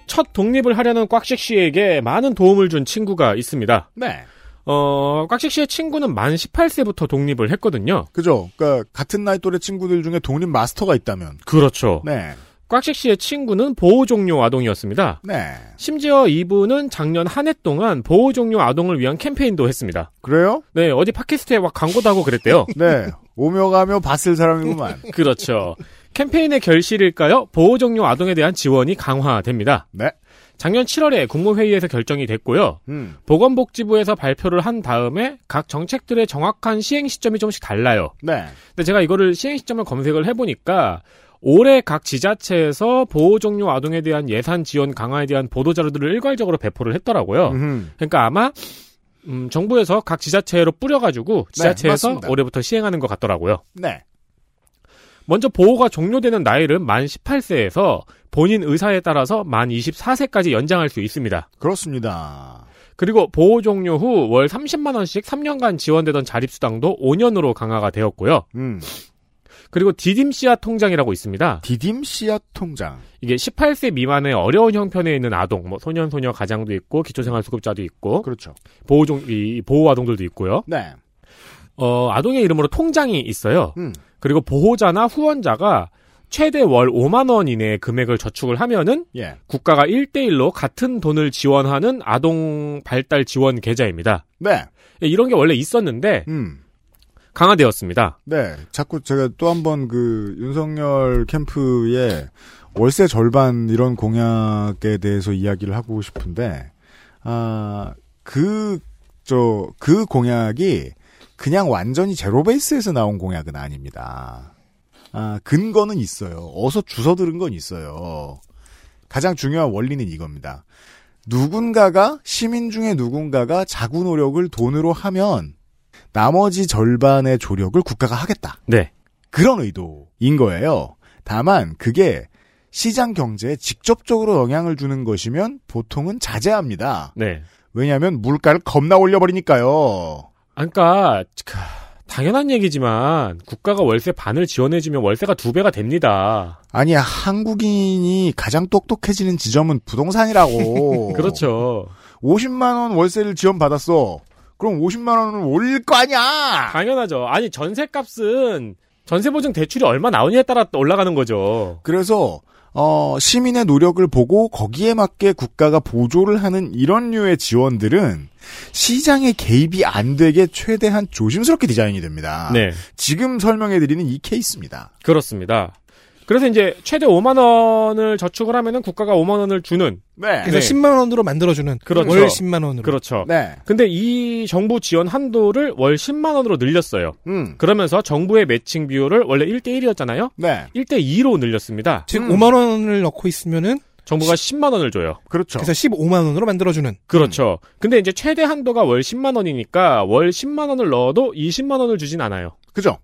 Speaker 3: 첫 독립을 하려는 꽉식 씨에게 많은 도움을 준 친구가 있습니다.
Speaker 2: 네,
Speaker 3: 어, 꽉식 씨의 친구는 만 18세부터 독립을 했거든요.
Speaker 2: 그죠. 그러니까 같은 나이 또래 친구들 중에 독립 마스터가 있다면
Speaker 3: 그렇죠.
Speaker 2: 네,
Speaker 3: 꽉식 씨의 친구는 보호 종료 아동이었습니다.
Speaker 2: 네,
Speaker 3: 심지어 이분은 작년 한 해 동안 보호 종료 아동을 위한 캠페인도 했습니다.
Speaker 2: 그래요?
Speaker 3: 네, 어디 팟캐스트에 막 광고도 하고 그랬대요.
Speaker 2: 네, 오며 가며 봤을 사람이구만.
Speaker 3: 그렇죠. 캠페인의 결실일까요? 보호 종료 아동에 대한 지원이 강화됩니다.
Speaker 2: 네,
Speaker 3: 작년 7월에 국무회의에서 결정이 됐고요.
Speaker 2: 음,
Speaker 3: 보건복지부에서 발표를 한 다음에 각 정책들의 정확한 시행 시점이 조금씩 달라요.
Speaker 2: 네,
Speaker 3: 근데 제가 이거를 시행 시점을 검색을 해보니까 올해 각 지자체에서 보호 종료 아동에 대한 예산 지원 강화에 대한 보도 자료들을 일괄적으로 배포를 했더라고요.
Speaker 2: 음,
Speaker 3: 그러니까 아마 음, 정부에서 각 지자체로 뿌려가지고 지자체에서
Speaker 2: 네, 맞습니다.
Speaker 3: 올해부터 시행하는 것 같더라고요.
Speaker 2: 네,
Speaker 3: 먼저 보호가 종료되는 나이를 만 18세에서 본인 의사에 따라서 만 24세까지 연장할 수 있습니다.
Speaker 2: 그렇습니다.
Speaker 3: 그리고 보호 종료 후 월 30만 원씩 3년간 지원되던 자립수당도 5년으로 강화가 되었고요.
Speaker 2: 음,
Speaker 3: 그리고 디딤씨앗 통장이라고 있습니다.
Speaker 2: 디딤 씨앗 통장.
Speaker 3: 이게 18세 미만의 어려운 형편에 있는 아동, 뭐 소년 소녀 가장도 있고 기초생활수급자도 있고
Speaker 2: 그렇죠.
Speaker 3: 보호 종, 이 보호 아동들도 있고요.
Speaker 2: 네,
Speaker 3: 어 아동의 이름으로 통장이 있어요.
Speaker 2: 음.
Speaker 3: 그리고 보호자나 후원자가 최대 월 5만 원 이내의 금액을 저축을 하면은
Speaker 2: 예,
Speaker 3: 국가가 1대1로 같은 돈을 지원하는 아동 발달 지원 계좌입니다.
Speaker 2: 네,
Speaker 3: 예, 이런 게 원래 있었는데
Speaker 2: 음.
Speaker 3: 강화되었습니다.
Speaker 2: 네, 자꾸 제가 또 한 번 그 윤석열 캠프의 월세 절반 이런 공약에 대해서 이야기를 하고 싶은데, 아, 그, 저, 그 공약이 그냥 완전히 제로 베이스에서 나온 공약은 아닙니다. 아, 근거는 있어요. 어서 주워 들은 건 있어요. 가장 중요한 원리는 이겁니다. 누군가가, 시민 중에 누군가가 자구 노력을 돈으로 하면 나머지 절반의 조력을 국가가 하겠다.
Speaker 3: 네.
Speaker 2: 그런 의도인 거예요. 다만 그게 시장 경제에 직접적으로 영향을 주는 것이면 보통은 자제합니다.
Speaker 3: 네.
Speaker 2: 왜냐하면 물가를 겁나 올려버리니까요.
Speaker 3: 아, 그러니까 크, 당연한 얘기지만 국가가 월세 반을 지원해주면 월세가 두 배가 됩니다.
Speaker 2: 아니 한국인이 가장 똑똑해지는 지점은 부동산이라고.
Speaker 3: 그렇죠.
Speaker 2: 50만 원 월세를 지원받았어. 그럼 50만 원을 올릴 거 아니야.
Speaker 3: 당연하죠. 아니 전세값은 전세보증 대출이 얼마 나오냐에 따라 올라가는 거죠.
Speaker 2: 그래서 어, 시민의 노력을 보고 거기에 맞게 국가가 보조를 하는 이런 류의 지원들은 시장에 개입이 안 되게 최대한 조심스럽게 디자인이 됩니다.
Speaker 3: 네.
Speaker 2: 지금 설명해드리는 이 케이스입니다.
Speaker 3: 그렇습니다. 그래서 이제 최대 5만 원을 저축을 하면은 국가가 5만 원을 주는
Speaker 2: 네.
Speaker 4: 그래서
Speaker 3: 네.
Speaker 4: 10만 원으로 만들어주는
Speaker 3: 그렇죠.
Speaker 4: 월 10만 원으로
Speaker 3: 그렇죠.
Speaker 2: 네.
Speaker 3: 근데 이 정부 지원 한도를 월 10만 원으로 늘렸어요.
Speaker 2: 음.
Speaker 3: 그러면서 정부의 매칭 비율을 원래 1대 1이었잖아요.
Speaker 2: 네.
Speaker 3: 1대 2로 늘렸습니다.
Speaker 4: 즉
Speaker 2: 음.
Speaker 4: 5만 원을 넣고 있으면은
Speaker 3: 정부가 10만 원을 줘요.
Speaker 2: 그렇죠.
Speaker 4: 그래서 15만 원으로 만들어주는
Speaker 3: 그렇죠. 근데 이제 최대 한도가 월 10만 원이니까 월 10만 원을 넣어도 20만 원을 주진 않아요.
Speaker 2: 그죠?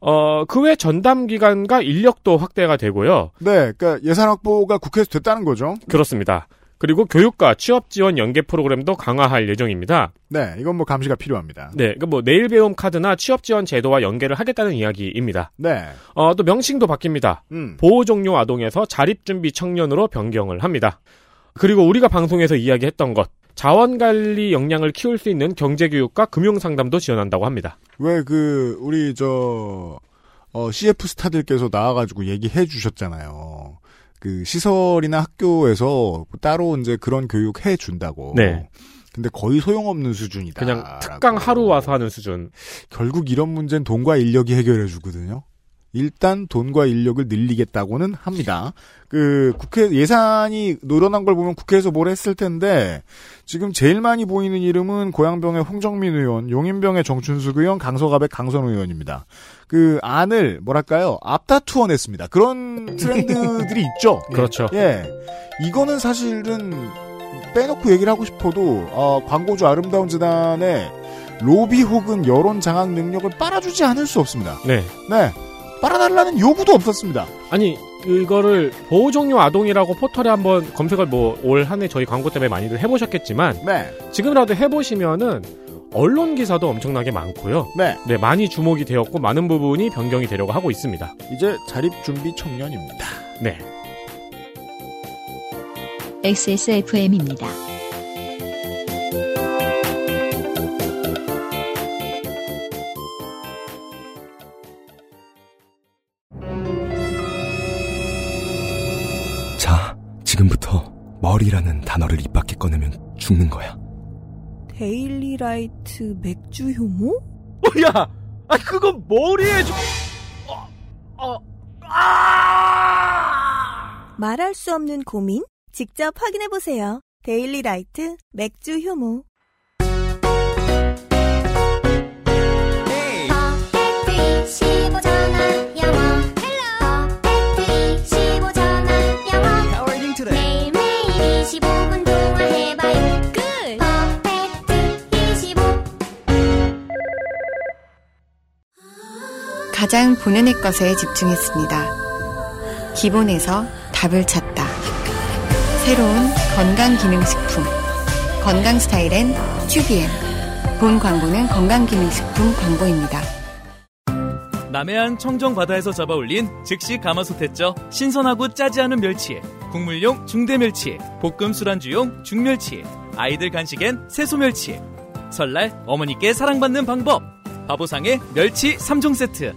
Speaker 3: 어, 그 외 전담 기관과 인력도 확대가 되고요.
Speaker 2: 네. 그러니까 예산 확보가 국회에서 됐다는 거죠.
Speaker 3: 그렇습니다. 그리고 교육과 취업 지원 연계 프로그램도 강화할 예정입니다.
Speaker 2: 네. 이건 뭐 감시가 필요합니다.
Speaker 3: 네, 그러니까 뭐 내일 배움 카드나 취업 지원 제도와 연계를 하겠다는 이야기입니다.
Speaker 2: 네.
Speaker 3: 어, 또 명칭도 바뀝니다.
Speaker 2: 음.
Speaker 3: 보호 종료 아동에서 자립 준비 청년으로 변경을 합니다. 그리고 우리가 방송에서 이야기했던 것, 자원 관리 역량을 키울 수 있는 경제 교육과 금융 상담도 지원한다고 합니다.
Speaker 2: 왜 그 우리 저 어, CF 스타들께서 나와가지고 얘기해 주셨잖아요. 그 시설이나 학교에서 따로 이제 그런 교육 해 준다고.
Speaker 3: 네.
Speaker 2: 근데 거의 소용없는 수준이다.
Speaker 3: 그냥 특강 하루 와서 하는 수준.
Speaker 2: 결국 이런 문제는 돈과 인력이 해결해 주거든요. 일단 돈과 인력을 늘리겠다고는 합니다. 그 국회 예산이 늘어난 걸 보면 국회에서 뭘 했을 텐데 지금 제일 많이 보이는 이름은 고양병의 홍정민 의원, 용인병의 정춘숙 의원, 강서갑의 강선 의원입니다. 그 안을 뭐랄까요 앞다투어냈습니다. 그런 트렌드들이 있죠.
Speaker 3: 그렇죠.
Speaker 2: 예, 이거는 사실은 빼놓고 얘기를 하고 싶어도 어, 광고주 아름다운 재단의 로비 혹은 여론 장악 능력을 빨아주지 않을 수 없습니다.
Speaker 3: 네.
Speaker 2: 네, 빨아달라는 요구도 없었습니다.
Speaker 3: 아니 이거를 보호 종료 아동이라고 포털에 한번 검색을 뭐 올 한 해 저희 광고 때문에 많이들 해보셨겠지만
Speaker 2: 네,
Speaker 3: 지금이라도 해보시면은 언론 기사도 엄청나게 많고요.
Speaker 2: 네,
Speaker 3: 네, 많이 주목이 되었고 많은 부분이 변경이 되려고 하고 있습니다.
Speaker 2: 이제 자립 준비 청년입니다.
Speaker 3: 네.
Speaker 1: XSFM입니다.
Speaker 8: 자, 지금부터 머리라는 단어를 입 밖에 꺼내면 죽는 거야.
Speaker 5: 데일리라이트 맥주 효모?
Speaker 3: 야, 아 그건 머리에 좀
Speaker 9: 말할 수 없는 고민? 직접 확인해보세요. 데일리 라이트 맥주 효모.
Speaker 7: 가장 본연의 것에 집중했습니다. 기본에서 답을 찾다. 새로운 건강기능식품. 건강 스타일엔 튜비엔. 본 광고는 건강기능식품 광고입니다.
Speaker 10: 남해안 청정바다에서 잡아올린 즉시 가마솥했죠. 신선하고 짜지 않은 멸치에 국물용 중대멸치에 볶음 술안주용 중멸치에 아이들 간식엔 새소멸치에 설날 어머니께 사랑받는 방법 바보상의 멸치 3종 세트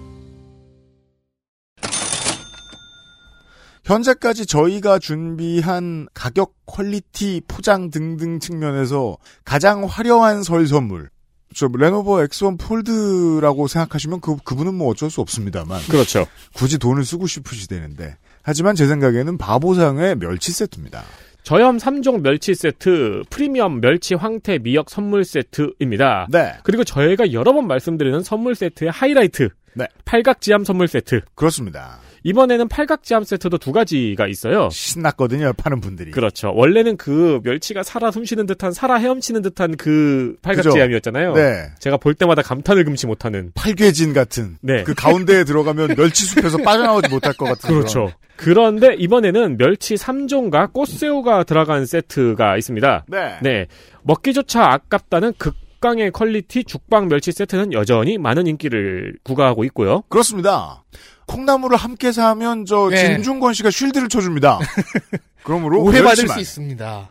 Speaker 2: 현재까지 저희가 준비한 가격, 퀄리티, 포장 등등 측면에서 가장 화려한 설 선물. 저 레노버 X1 폴드라고 생각하시면 그 그분은 뭐 어쩔 수 없습니다만
Speaker 3: 그렇죠.
Speaker 2: 굳이 돈을 쓰고 싶으시대는데 하지만 제 생각에는 바보상의 멸치 세트입니다.
Speaker 3: 저염 3종 멸치 세트, 프리미엄 멸치 황태 미역 선물 세트입니다.
Speaker 2: 네,
Speaker 3: 그리고 저희가 여러 번 말씀드리는 선물 세트의 하이라이트.
Speaker 2: 네.
Speaker 3: 팔각지암 선물 세트.
Speaker 2: 그렇습니다.
Speaker 3: 이번에는 팔각지암 세트도 두 가지가 있어요.
Speaker 2: 신났거든요, 파는 분들이.
Speaker 3: 그렇죠. 원래는 그 멸치가 살아 숨쉬는 듯한 살아 헤엄치는 듯한 그 팔각지암이었잖아요.
Speaker 2: 네.
Speaker 3: 제가 볼 때마다 감탄을 금치 못하는.
Speaker 2: 팔괘진 같은
Speaker 3: 네.
Speaker 2: 그 가운데에 들어가면 멸치 숲에서 빠져나오지 못할 것 같은 그런.
Speaker 3: 그렇죠. 그런데 이번에는 멸치 3종과 꽃새우가 들어간 세트가 있습니다.
Speaker 2: 네.
Speaker 3: 네. 먹기조차 아깝다는 극강의 퀄리티 죽빵 멸치 세트는 여전히 많은 인기를 구가하고 있고요.
Speaker 2: 그렇습니다. 콩나물을 함께 사면 저
Speaker 4: 네.
Speaker 2: 진중권 씨가 쉴드를 쳐줍니다. 그러므로
Speaker 4: 오해받을
Speaker 2: 멸치만.
Speaker 4: 수 있습니다.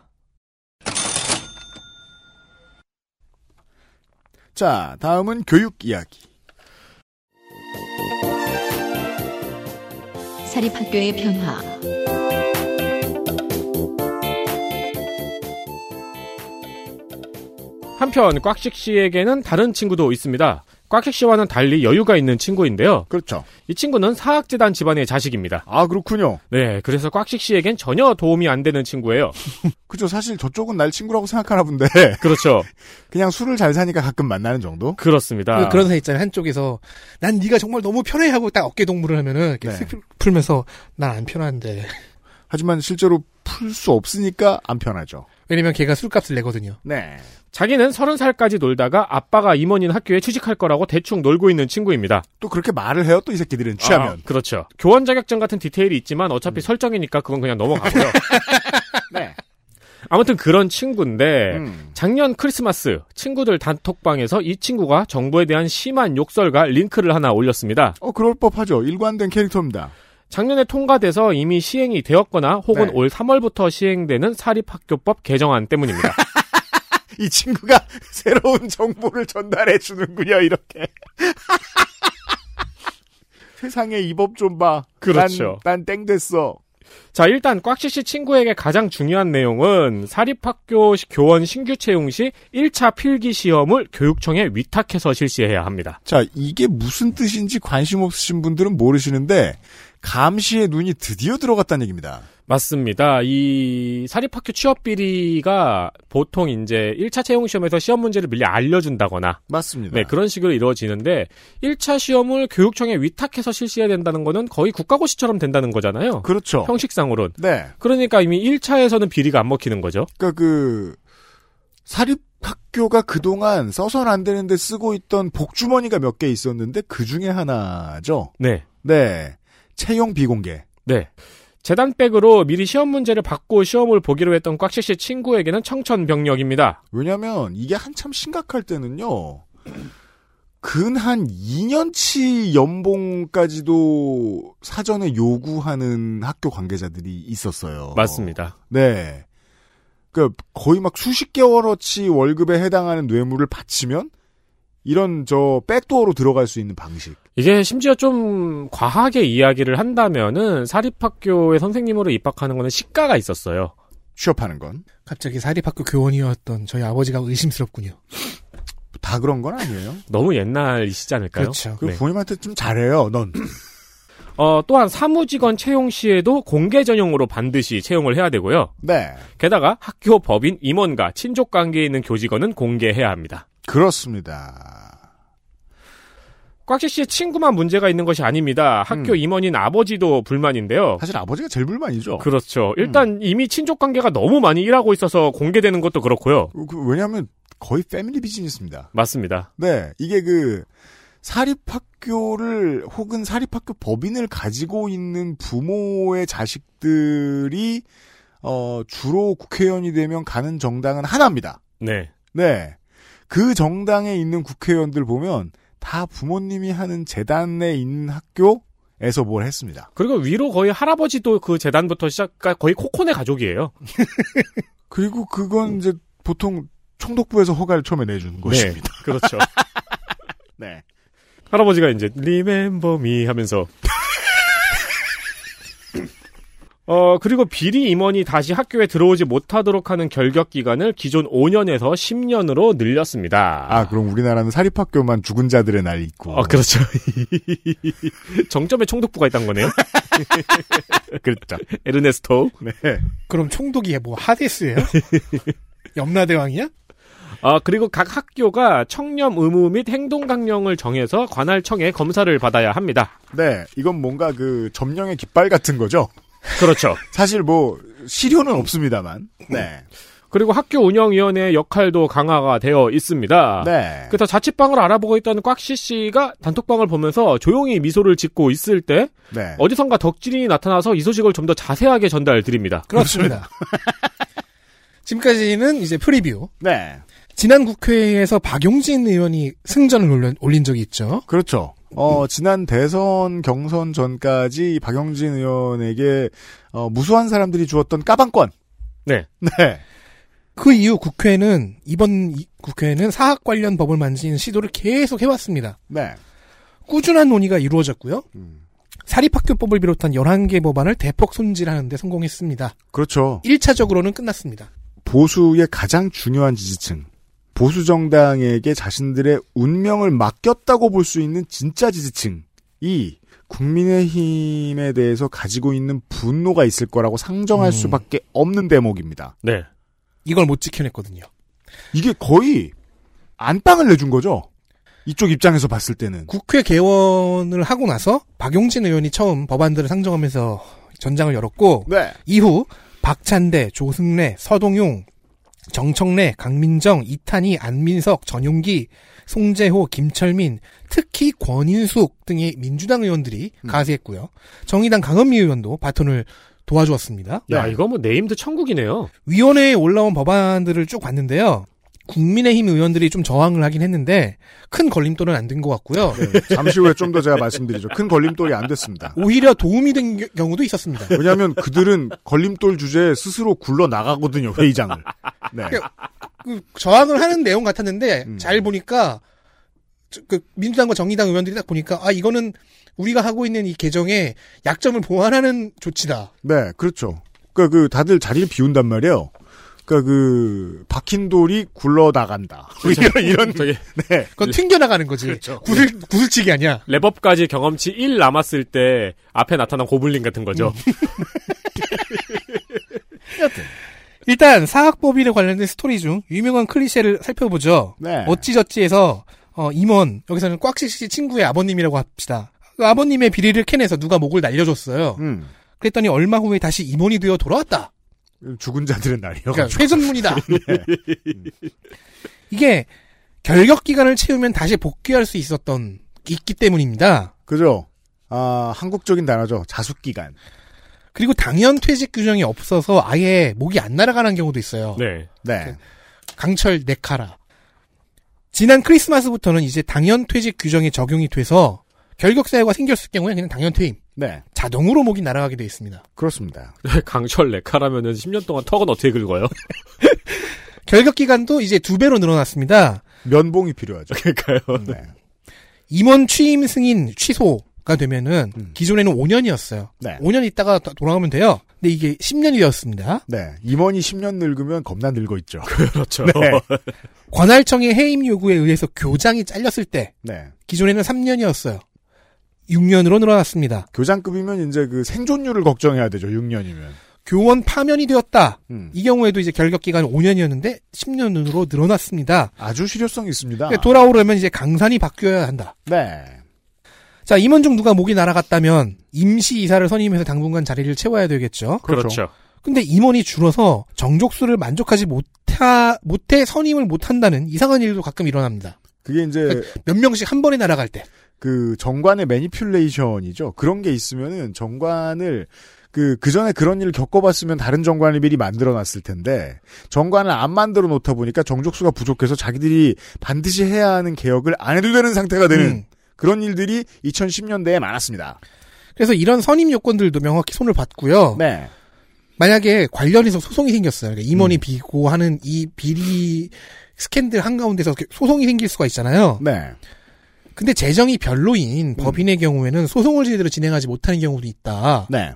Speaker 2: 자, 다음은 교육 이야기.
Speaker 1: 사립학교의 변화.
Speaker 3: 한편 꽉식 씨에게는 다른 친구도 있습니다. 꽉핵 씨와는 달리 여유가 있는 친구인데요.
Speaker 2: 그렇죠.
Speaker 3: 이 친구는 사학재단 집안의 자식입니다.
Speaker 2: 아, 그렇군요.
Speaker 3: 네, 그래서 꽉식 씨에겐 전혀 도움이 안 되는 친구예요.
Speaker 2: 그죠. 사실 저쪽은 날 친구라고 생각하나 본데.
Speaker 3: 그렇죠.
Speaker 2: 그냥 술을 잘 사니까 가끔 만나는 정도?
Speaker 3: 그렇습니다.
Speaker 4: 그런 사이 있잖아요. 한쪽에서 난 네가 정말 너무 편해 하고 딱 어깨 동무를 하면은 이렇게
Speaker 2: 네.
Speaker 4: 쓱 풀면서 난 안 편한데.
Speaker 2: 하지만 실제로 풀 수 없으니까 안 편하죠.
Speaker 4: 왜냐면 걔가 술값을 내거든요.
Speaker 2: 네.
Speaker 3: 자기는 서른 살까지 놀다가 아빠가 임원인 학교에 취직할 거라고 대충 놀고 있는 친구입니다.
Speaker 2: 또 그렇게 말을 해요. 또 이 새끼들은
Speaker 3: 아,
Speaker 2: 취하면.
Speaker 3: 그렇죠. 음. 교원 자격증 같은 디테일이 있지만 어차피 설정이니까 그건 그냥 넘어가고요.
Speaker 2: 네.
Speaker 3: 아무튼 그런 친구인데
Speaker 2: 음.
Speaker 3: 작년 크리스마스 친구들 단톡방에서 이 친구가 정부에 대한 심한 욕설과 링크를 하나 올렸습니다.
Speaker 2: 어, 그럴 법하죠. 일관된 캐릭터입니다.
Speaker 3: 작년에 통과돼서 이미 시행이 되었거나 혹은
Speaker 2: 네.
Speaker 3: 올 3월부터 시행되는 사립학교법 개정안 때문입니다.
Speaker 2: 이 친구가 새로운 정보를 전달해 주는군요. 이렇게. 세상에 이 법 좀 봐.
Speaker 3: 그렇죠.
Speaker 2: 난 땡 됐어.
Speaker 3: 자, 일단 꽉씨 씨 친구에게 가장 중요한 내용은 사립학교 시- 교원 신규 채용 시 1차 필기 시험을 교육청에 위탁해서 실시해야 합니다.
Speaker 2: 자, 이게 무슨 뜻인지 관심 없으신 분들은 모르시는데 감시의 눈이 드디어 들어갔다는 얘기입니다.
Speaker 3: 맞습니다. 이 사립학교 취업 비리가 보통 이제 1차 채용 시험에서 시험 문제를 미리 알려준다거나
Speaker 2: 맞습니다.
Speaker 3: 네, 그런 식으로 이루어지는데 1차 시험을 교육청에 위탁해서 실시해야 된다는 거는 거의 국가고시처럼 된다는 거잖아요.
Speaker 2: 렇죠
Speaker 3: 형식상으론.
Speaker 2: 그렇죠. 네.
Speaker 3: 그러니까 이미 1차에서는 비리가 안 먹히는 거죠.
Speaker 2: 그러니까 그 사립 학교가 그동안 써선 안 되는데 쓰고 있던 복주머니가 몇 개 있었는데 그 중에 하나죠.
Speaker 3: 네.
Speaker 2: 네. 채용 비공개.
Speaker 3: 네. 재단백으로 미리 시험 문제를 받고 시험을 보기로 했던 꽉씨 씨 친구에게는 청천벽력입니다.
Speaker 2: 왜냐면 이게 한참 심각할 때는요. 근 한 2년치 연봉까지도 사전에 요구하는 학교 관계자들이 있었어요.
Speaker 3: 맞습니다.
Speaker 2: 네. 그러니까 거의 막 수십 개월어치 월급에 해당하는 뇌물을 바치면 이런 저 백도어로 들어갈 수 있는 방식.
Speaker 3: 이게 심지어 좀 과하게 이야기를 한다면은 사립학교의 선생님으로 입학하는 거는 시가가 있었어요.
Speaker 2: 취업하는 건.
Speaker 4: 갑자기 사립학교 교원이었던 저희 아버지가 의심스럽군요.
Speaker 2: 다 그런 건 아니에요.
Speaker 3: 너무 옛날이시지 않을까요?
Speaker 4: 그렇죠.
Speaker 2: 그
Speaker 3: 네.
Speaker 2: 부모님한테 좀 잘해요, 넌.
Speaker 3: 어, 또한 사무직원 채용 시에도 공개 전형으로 반드시 채용을 해야 되고요.
Speaker 2: 네.
Speaker 3: 게다가 학교 법인 임원과 친족 관계에 있는 교직원은 공개해야 합니다.
Speaker 2: 그렇습니다.
Speaker 3: 꽉씨 씨의 친구만 문제가 있는 것이 아닙니다. 학교
Speaker 2: 음.
Speaker 3: 임원인 아버지도 불만인데요.
Speaker 2: 사실 아버지가 제일 불만이죠.
Speaker 3: 그렇죠. 일단 이미 친족 관계가 너무 많이 일하고 있어서 공개되는 것도 그렇고요.
Speaker 2: 그- 왜냐하면 거의 패밀리 비즈니스입니다.
Speaker 3: 맞습니다.
Speaker 2: 네, 이게 그 사립학교를 혹은 사립학교 법인을 가지고 있는 부모의 자식들이 어, 주로 국회의원이 되면 가는 정당은 하나입니다.
Speaker 3: 네.
Speaker 2: 네, 그 정당에 있는 국회의원들 보면 다 부모님이 하는 재단에 있는 학교에서 뭘 했습니다.
Speaker 3: 그리고 위로 거의 할아버지도 그 재단부터 시작, 거의 코코네 가족이에요.
Speaker 2: 그리고 그건 이제 보통 총독부에서 허가를 처음에 내주는 것입니다.
Speaker 3: 그렇죠.
Speaker 2: 네.
Speaker 3: 할아버지가 이제 리멤버 미 하면서 어 그리고 비리 임원이 다시 학교에 들어오지 못하도록 하는 결격 기간을 기존 5년에서 10년으로 늘렸습니다.
Speaker 2: 아, 그럼 우리나라는 사립학교만 죽은 자들의 날 있고.
Speaker 3: 어, 그렇죠. 정점에 총독부가 있단 거네요.
Speaker 2: 그렇죠.
Speaker 3: 에르네스토.
Speaker 2: 네.
Speaker 4: 그럼 총독이 뭐 하데스예요? 염라대왕이야?
Speaker 3: 아 그리고 각 학교가 청렴 의무 및 행동 강령을 정해서 관할청에 검사를 받아야 합니다.
Speaker 2: 네, 이건 뭔가 그 점령의 깃발 같은 거죠.
Speaker 3: 그렇죠.
Speaker 2: 사실 뭐 실효는 없습니다만. 네,
Speaker 3: 그리고 학교 운영위원회의 역할도 강화가 되어 있습니다.
Speaker 2: 네.
Speaker 3: 그래서 자취방을 알아보고 있던 꽉씨 씨가 단톡방을 보면서 조용히 미소를 짓고 있을 때
Speaker 2: 네.
Speaker 3: 어디선가 덕질인이 나타나서 이 소식을 좀 더 자세하게 전달드립니다.
Speaker 4: 그렇습니다. 지금까지는 이제 프리뷰.
Speaker 2: 네,
Speaker 4: 지난 국회에서 박용진 의원이 승전을 올려- 올린 적이 있죠.
Speaker 2: 그렇죠. 어, 지난 대선 경선 전까지 박영진 의원에게 어, 무수한 사람들이 주었던 까방권.
Speaker 3: 네.
Speaker 2: 네,
Speaker 4: 그 이후 국회는 이번 이- 국회는 사학 관련 법을 만지는 시도를 계속 해왔습니다.
Speaker 2: 네.
Speaker 4: 꾸준한 논의가 이루어졌고요.
Speaker 2: 음.
Speaker 4: 사립학교법을 비롯한 11개 법안을 대폭 손질하는데 성공했습니다.
Speaker 2: 그렇죠.
Speaker 4: 1차적으로는 끝났습니다.
Speaker 2: 보수의 가장 중요한 지지층 보수 정당에게 자신들의 운명을 맡겼다고 볼 수 있는 진짜 지지층이 국민의힘에 대해서 가지고 있는 분노가 있을 거라고 상정할
Speaker 4: 음.
Speaker 2: 수밖에 없는 대목입니다.
Speaker 3: 네.
Speaker 4: 이걸 못 지켜냈거든요.
Speaker 2: 이게 거의 안방을 내준 거죠. 이쪽 입장에서 봤을 때는
Speaker 4: 국회 개원을 하고 나서 박용진 의원이 처음 법안들을 상정하면서 전장을 열었고
Speaker 2: 네.
Speaker 4: 이후 박찬대, 조승래, 서동용, 정청래, 강민정, 이탄희, 안민석, 전용기, 송재호, 김철민, 특히 권인숙 등의 민주당 의원들이 가세했고요. 정의당 강은미 의원도 바톤을 도와주었습니다.
Speaker 3: 야, 이거 뭐 네임드 천국이네요.
Speaker 4: 위원회에 올라온 법안들을 쭉 봤는데요. 국민의힘 의원들이 좀 저항을 하긴 했는데 큰 걸림돌은 안 된 것 같고요.
Speaker 2: 네, 잠시 후에 좀 더 제가 말씀드리죠. 큰 걸림돌이 안 됐습니다.
Speaker 4: 오히려 도움이 된 겨- 경우도 있었습니다.
Speaker 2: 왜냐하면 그들은 걸림돌 주제에 스스로 굴러 나가거든요 회의장을. 네.
Speaker 4: 그 저항을 하는 내용 같았는데
Speaker 2: 음.
Speaker 4: 잘 보니까 저- 그 민주당과 정의당 의원들이 딱 보니까 아 이거는 우리가 하고 있는 이 개정의 약점을 보완하는 조치다.
Speaker 2: 네, 그렇죠. 그러니까 그 다들 자리를 비운단 말이에요. 그러니까 그 박힌 돌이 굴러 나간다.
Speaker 4: 그렇죠.
Speaker 2: 이런 이런
Speaker 3: 저기
Speaker 2: 네.
Speaker 4: 그건 튕겨나가는 거지. 구슬 구슬치기 아니야.
Speaker 3: 랩업까지 경험치 1 남았을 때 앞에 나타난 고블린 같은 거죠.
Speaker 4: 일단 사학법인에 관련된 스토리 중 유명한 클리셰를 살펴보죠.
Speaker 2: 네.
Speaker 4: 어찌저찌해서 어, 임원 여기서는 꽉씨 씨 친구의 아버님이라고 합시다. 그 아버님의 비리를 캐내서 누가 목을 날려줬어요.
Speaker 2: 음.
Speaker 4: 그랬더니 얼마 후에 다시 임원이 되어 돌아왔다.
Speaker 2: 죽은 자들의 날이요.
Speaker 4: 그러니까 최선문이다. 네. 음. 이게 결격 기간을 채우면 다시 복귀할 수 있었던 있기 때문입니다.
Speaker 2: 그죠? 아, 한국적인 단어죠. 자숙기간.
Speaker 4: 그리고 당연 퇴직 규정이 없어서 아예 목이 안 날아가는 경우도 있어요.
Speaker 3: 네.
Speaker 2: 네.
Speaker 4: 강철 네카라. 지난 크리스마스부터는 이제 당연 퇴직 규정이 적용이 돼서 결격 사유가 생겼을 경우에 그냥 당연 퇴임
Speaker 2: 네.
Speaker 4: 자동으로 목이 날아가게 돼 있습니다.
Speaker 2: 그렇습니다.
Speaker 3: 강철 레카라면은 10년 동안 턱은 어떻게 긁어요?
Speaker 4: 결격 기간도 이제 두 배로 늘어났습니다.
Speaker 2: 면봉이 필요하죠.
Speaker 3: 그러니까요.
Speaker 2: 네.
Speaker 4: 임원 취임 승인 취소가 되면은 기존에는 5년이었어요.
Speaker 2: 네.
Speaker 4: 5년 있다가 다- 돌아가면 돼요. 근데 이게 10년이었습니다.
Speaker 2: 네. 임원이 10년 늙으면 겁나 늙어 있죠.
Speaker 3: 그렇죠.
Speaker 2: 네.
Speaker 4: 관할청의 해임 요구에 의해서 교장이 잘렸을 때
Speaker 2: 네.
Speaker 4: 기존에는 3년이었어요. 6년으로 늘어났습니다.
Speaker 2: 교장급이면 이제 그 생존율을 걱정해야 되죠. 6년이면.
Speaker 4: 교원 파면이 되었다.
Speaker 2: 음.
Speaker 4: 이 경우에도 이제 결격 기간 5년이었는데 10년으로 늘어났습니다.
Speaker 2: 아주 실효성이 있습니다.
Speaker 4: 그러니까 돌아오려면 이제 강산이 바뀌어야 한다.
Speaker 2: 네.
Speaker 4: 자, 임원 중 누가 목이 날아갔다면 임시 이사를 선임해서 당분간 자리를 채워야 되겠죠.
Speaker 3: 그렇죠.
Speaker 4: 근데 임원이 줄어서 정족수를 만족하지 못하, 못해 선임을 못한다는 이상한 일도 가끔 일어납니다.
Speaker 2: 그게 이제
Speaker 4: 몇 명씩 한 번에 날아갈 때.
Speaker 2: 그 정관의 매니퓰레이션이죠. 그런 게 있으면은 정관을 그, 그 전에 그런 일을 겪어봤으면 다른 정관을 미리 만들어놨을 텐데, 정관을 안 만들어 놓다 보니까 정족수가 부족해서 자기들이 반드시 해야 하는 개혁을 안 해도 되는 상태가 되는
Speaker 4: 음.
Speaker 2: 그런 일들이 2010년대에 많았습니다.
Speaker 4: 그래서 이런 선임 요건들도 명확히 손을 봤고요.
Speaker 2: 네.
Speaker 4: 만약에 관련해서 소송이 생겼어요. 그러니까 임원이
Speaker 2: 음.
Speaker 4: 비고하는 이 비리 스캔들 한가운데서 이렇게 소송이 생길 수가 있잖아요.
Speaker 2: 네.
Speaker 4: 근데 재정이
Speaker 2: 음.
Speaker 4: 별로인 법인의 경우에는 소송을 제대로 진행하지 못하는 경우도 있다.
Speaker 2: 네.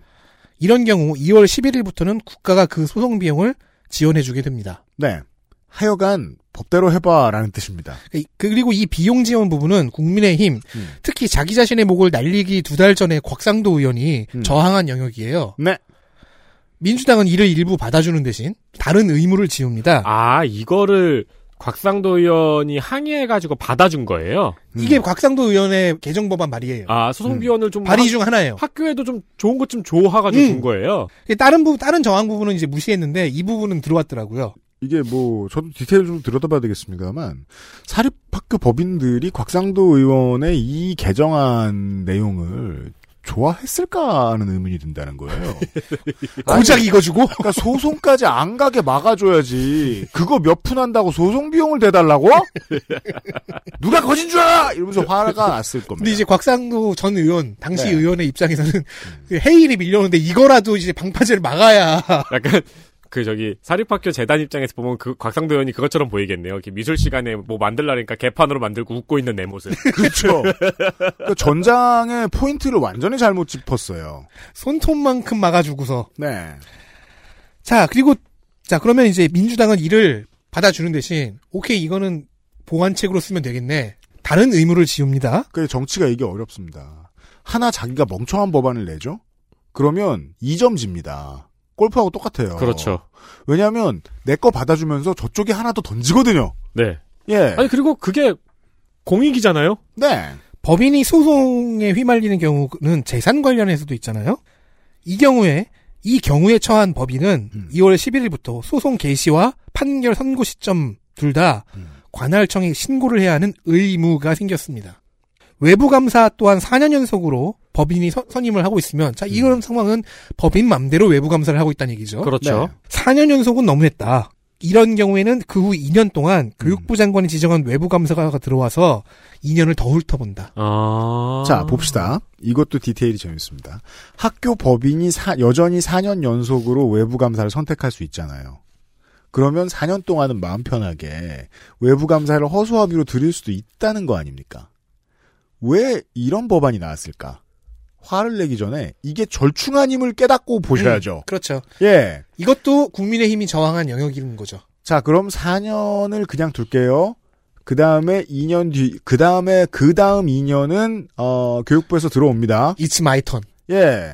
Speaker 4: 이런 경우 2월 11일부터는 국가가 그 소송 비용을 지원해주게 됩니다.
Speaker 2: 네. 하여간 법대로 해봐라는 뜻입니다.
Speaker 4: 그리고 이 비용 지원 부분은 국민의힘
Speaker 2: 음.
Speaker 4: 특히 자기 자신의 목을 날리기 두 달 전에 곽상도 의원이
Speaker 2: 음.
Speaker 4: 저항한 영역이에요.
Speaker 2: 네.
Speaker 4: 민주당은 이를 일부 받아주는 대신 다른 의무를 지웁니다.
Speaker 3: 아, 이거를 곽상도 의원이 항의해가지고 받아준 거예요.
Speaker 2: 음.
Speaker 4: 이게 곽상도 의원의 개정 법안 발의예요.
Speaker 3: 아, 소송 비원을 좀
Speaker 4: 발의
Speaker 3: 학-
Speaker 4: 중 하나예요.
Speaker 3: 학교에도 좀 좋은 것 좀 조화가지고
Speaker 4: 음.
Speaker 3: 준 거예요.
Speaker 4: 다른 부 다른 저항 부분은 이제 무시했는데 이 부분은 들어왔더라고요.
Speaker 2: 이게 뭐 저도 디테일 좀 들여다봐야 되겠습니다만 사립학교 법인들이 곽상도 의원의 이 개정안 내용을 좋아했을까 하는 의문이 든다는 거예요.
Speaker 4: 고작 이거 주고
Speaker 2: 그러니까 소송까지 안 가게 막아줘야지. 그거 몇 푼 한다고 소송 비용을 대달라고? 누가 거진 줄 알아! 이러면서 화가 났을 겁니다.
Speaker 4: 근데 이제 곽상도 전 의원 당시
Speaker 2: 네. 음.
Speaker 4: 의원의 입장에서는 그 해일이 밀려오는데 이거라도 이제 방파제를 막아야
Speaker 3: 약간 그 저기 사립학교 재단 입장에서 보면 그 곽상도 의원이 그것처럼 보이겠네요. 이렇게 미술 시간에 뭐 만들라니까 개판으로 만들고 웃고 있는 내 모습.
Speaker 2: 그렇죠. 그러니까 전장의 포인트를 완전히 잘못 짚었어요.
Speaker 4: 손톱만큼 막아주고서
Speaker 2: 네.
Speaker 4: 자, 그리고, 자, 그러면 이제 민주당은 이를 받아주는 대신 오케이 이거는 보완책으로 쓰면 되겠네. 다른 의무를 지웁니다.
Speaker 2: 그래 정치가 그러니까 이게 어렵습니다. 하나 자기가 멍청한 법안을 내죠. 그러면 2점 집니다. 골프하고 똑같아요.
Speaker 3: 그렇죠.
Speaker 2: 왜냐하면 내 거 받아주면서 저쪽에 하나 더 던지거든요.
Speaker 3: 네.
Speaker 2: 예.
Speaker 3: 아니 그리고 그게 공익이잖아요.
Speaker 2: 네.
Speaker 4: 법인이 소송에 휘말리는 경우는 재산 관련해서도 있잖아요. 이 경우에 이 경우에 처한 법인은
Speaker 3: 음.
Speaker 4: 2월 11일부터 소송 개시와 판결 선고 시점 둘 다
Speaker 3: 음.
Speaker 4: 관할청에 신고를 해야 하는 의무가 생겼습니다. 외부 감사 또한 4년 연속으로 법인이 선- 선임을 하고 있으면 자 이런 상황은 법인 맘대로 외부 감사를 하고 있다는 얘기죠.
Speaker 3: 음.
Speaker 2: 네.
Speaker 3: 그렇죠.
Speaker 4: 4년 연속은 너무했다. 이런 경우에는 그 후 2년 동안 교육부 장관이 지정한 외부 감사가 들어와서 2년을 더 훑어본다.
Speaker 3: 아.
Speaker 2: 자, 봅시다. 이것도 디테일이 재밌습니다. 학교 법인이 사- 여전히 4년 연속으로 외부 감사를 선택할 수 있잖아요. 그러면 4년 동안은 마음 편하게 외부 감사를 허수아비로 드릴 수도 있다는 거 아닙니까? 왜 이런 법안이 나왔을까? 화를 내기 전에 이게 절충안임을 깨닫고 보셔야죠.
Speaker 4: 그렇죠.
Speaker 2: 예.
Speaker 4: 이것도 국민의힘이 저항한 영역인 거죠.
Speaker 2: 자, 그럼 4년을 그냥 둘게요. 그 다음에 2년 뒤, 그 다음에, 그 다음 2년은, 어, 교육부에서 들어옵니다.
Speaker 4: It's my turn.
Speaker 2: 예.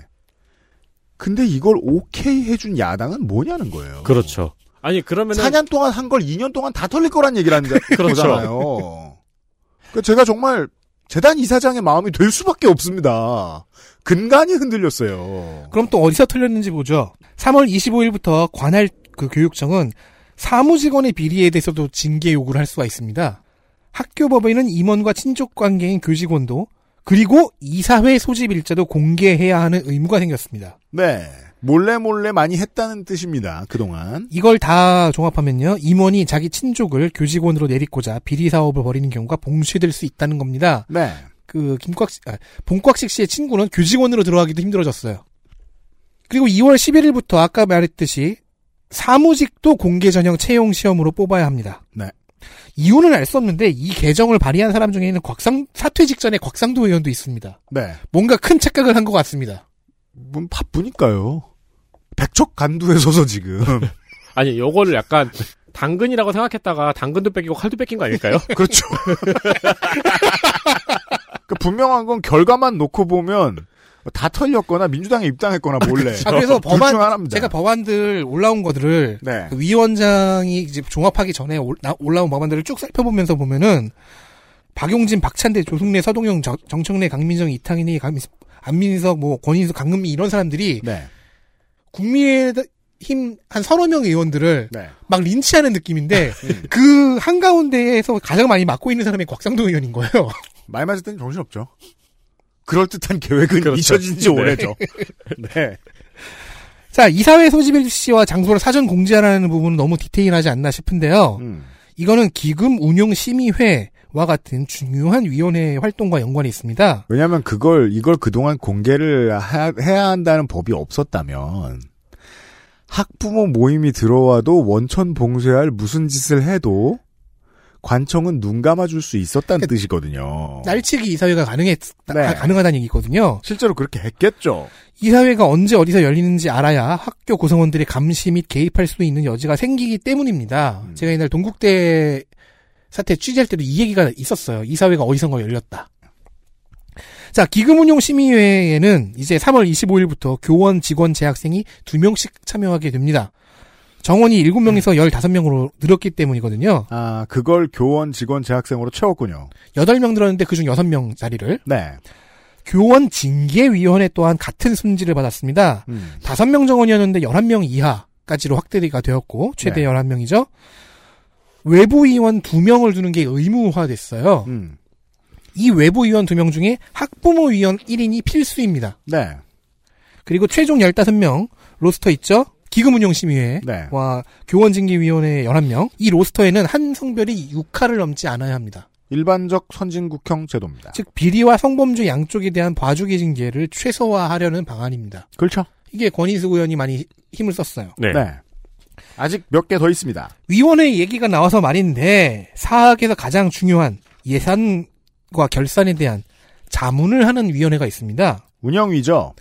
Speaker 2: 근데 이걸 오케이 해준 야당은 뭐냐는 거예요.
Speaker 3: 그렇죠. 아니 그러면은
Speaker 2: 4년 동안 한 걸 2년 동안 다 털릴 거란 얘기를 하는
Speaker 3: 그렇죠.
Speaker 2: 거잖아요. 그 제가 정말 재단 이사장의 마음이 될 수밖에 없습니다. 근간이 흔들렸어요.
Speaker 4: 그럼 또 어디서 틀렸는지 보죠. 3월 25일부터 관할 그 교육청은 사무직원의 비리에 대해서도 징계 요구를 할 수가 있습니다. 학교 법인은 임원과 친족 관계인 교직원도 그리고 이사회 소집 일자도 공개해야 하는 의무가 생겼습니다.
Speaker 2: 네. 몰래 몰래 많이 했다는 뜻입니다. 그동안.
Speaker 4: 이걸 다 종합하면요. 임원이 자기 친족을 교직원으로 내딛고자 비리 사업을 벌이는 경우가 봉쇄될 수 있다는 겁니다.
Speaker 2: 네.
Speaker 4: 그 김곽식 아, 봉곽식 씨의 친구는 교직원으로 들어가기도 힘들어졌어요. 그리고 2월 11일부터 아까 말했듯이 사무직도 공개 전형 채용 시험으로 뽑아야 합니다.
Speaker 2: 네.
Speaker 4: 이유는 알 수 없는데 이 개정을 발의한 사람 중에는 곽상 사퇴 직전에 곽상도 의원도 있습니다.
Speaker 2: 네.
Speaker 4: 뭔가 큰 착각을 한 것 같습니다.
Speaker 2: 뭐 바쁘니까요. 백척 간두에 서서 지금.
Speaker 3: 아니 요거를 약간 당근이라고 생각했다가 당근도 뺏기고 칼도 뺏긴 거 아닐까요?
Speaker 2: 그렇죠. 그 분명한 건 결과만 놓고 보면 다 털렸거나 민주당에 입당했거나 몰래.
Speaker 4: 아,
Speaker 2: 둘중
Speaker 4: 그래서 법안-
Speaker 2: 하나입니다.
Speaker 4: 제가 법안들 올라온 것들을
Speaker 2: 네.
Speaker 4: 그 위원장이 이제 종합하기 전에 올- 나- 올라온 법안들을 쭉 살펴보면서 보면은 박용진, 박찬대, 조승래, 서동영, 정- 정청래, 강민정, 이탕인이, 강- 안민석, 뭐 권인수, 강금미 이런 사람들이
Speaker 2: 네.
Speaker 4: 국민의힘 한 서너 명 의원들을
Speaker 2: 네.
Speaker 4: 막 린치하는 느낌인데 그 한가운데에서 가장 많이 맡고 있는 사람이 곽상도 의원인 거예요.
Speaker 2: 말 맞을 때는 정신없죠. 그럴듯한 계획은
Speaker 3: 그렇죠.
Speaker 2: 잊혀진 지
Speaker 3: 네.
Speaker 2: 오래죠. 네.
Speaker 4: 자, 이사회 소집 일시와 장소를 사전 공지하라는 부분은 너무 디테일하지 않나 싶은데요.
Speaker 2: 음.
Speaker 4: 이거는 기금 운용 심의회와 같은 중요한 위원회의 활동과 연관이 있습니다.
Speaker 2: 왜냐하면 그걸 이걸 그동안 공개를 하- 해야 한다는 법이 없었다면 학부모 모임이 들어와도 원천 봉쇄할 무슨 짓을 해도 관청은 눈 감아줄 수 있었다는 뜻이거든요.
Speaker 4: 날치기 이사회가 가능했
Speaker 2: 어. 네.
Speaker 4: 가- 가능하다는 얘기거든요.
Speaker 2: 실제로 그렇게 했겠죠.
Speaker 4: 이사회가 언제 어디서 열리는지 알아야 학교 구성원들의 감시 및 개입할 수 있는 여지가 생기기 때문입니다. 제가 옛날 동국대 사태 취재할 때도 이 얘기가 있었어요. 이사회가 어디선가 열렸다. 자, 기금운용심의회에는 이제 3월 25일부터 교원, 직원, 재학생이 2명씩 참여하게 됩니다. 정원이 7명에서 15명으로 늘었기 때문이거든요.
Speaker 2: 아, 그걸 교원, 직원, 재학생으로 채웠군요.
Speaker 4: 8명 늘었는데 그중 6명 자리를.
Speaker 2: 네.
Speaker 4: 교원 징계위원회 또한 같은 순지를 받았습니다.
Speaker 2: 음.
Speaker 4: 5명 정원이었는데 11명 이하까지로 확대가 되었고 최대
Speaker 2: 네.
Speaker 4: 11명이죠. 외부 의원 2명을 두는 게 의무화됐어요.
Speaker 2: 음.
Speaker 4: 이 외부 의원 2명 중에 학부모 의원 1인이 필수입니다.
Speaker 2: 네.
Speaker 4: 그리고 최종 15명 로스터 있죠? 기금운용심의회와
Speaker 2: 네.
Speaker 4: 교원징계위원회 11명. 이 로스터에는 한 성별이 6화를 넘지 않아야 합니다.
Speaker 2: 일반적 선진국형 제도입니다.
Speaker 4: 즉 비리와 성범죄 양쪽에 대한 봐주기 징계를 최소화하려는 방안입니다.
Speaker 2: 그렇죠.
Speaker 4: 이게 권인수 의원이 많이 힘을 썼어요.
Speaker 3: 네.
Speaker 2: 네. 아직 몇 개 더 있습니다.
Speaker 4: 위원회 얘기가 나와서 말인데 사학에서 가장 중요한 예산과 결산에 대한 자문을 하는 위원회가 있습니다.
Speaker 2: 운영위죠.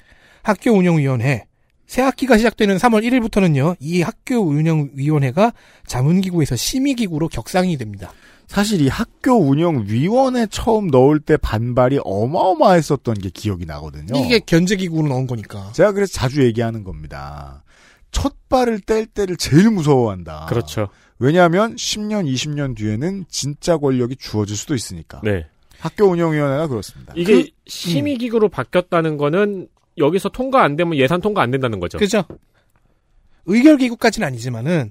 Speaker 4: 학교 운영위원회, 새 학기가 시작되는 3월 1일부터는요, 이 학교 운영위원회가 자문기구에서 심의기구로 격상이 됩니다.
Speaker 2: 사실 이 학교 운영 위원회 처음 넣을 때 반발이 어마어마했었던 게 기억이 나거든요.
Speaker 4: 이게 견제기구로 넣은 거니까.
Speaker 2: 제가 그래서 자주 얘기하는 겁니다. 첫 발을 뗄 때를 제일 무서워한다.
Speaker 3: 그렇죠.
Speaker 2: 왜냐하면 10년, 20년 뒤에는 진짜 권력이 주어질 수도 있으니까.
Speaker 3: 네.
Speaker 2: 학교 운영위원회가 그렇습니다. 음.
Speaker 3: 이게 심의기구로 바뀌었다는 거는 여기서 통과 안 되면 예산 통과 안 된다는 거죠.
Speaker 4: 그죠? 의결기구까지는 아니지만은,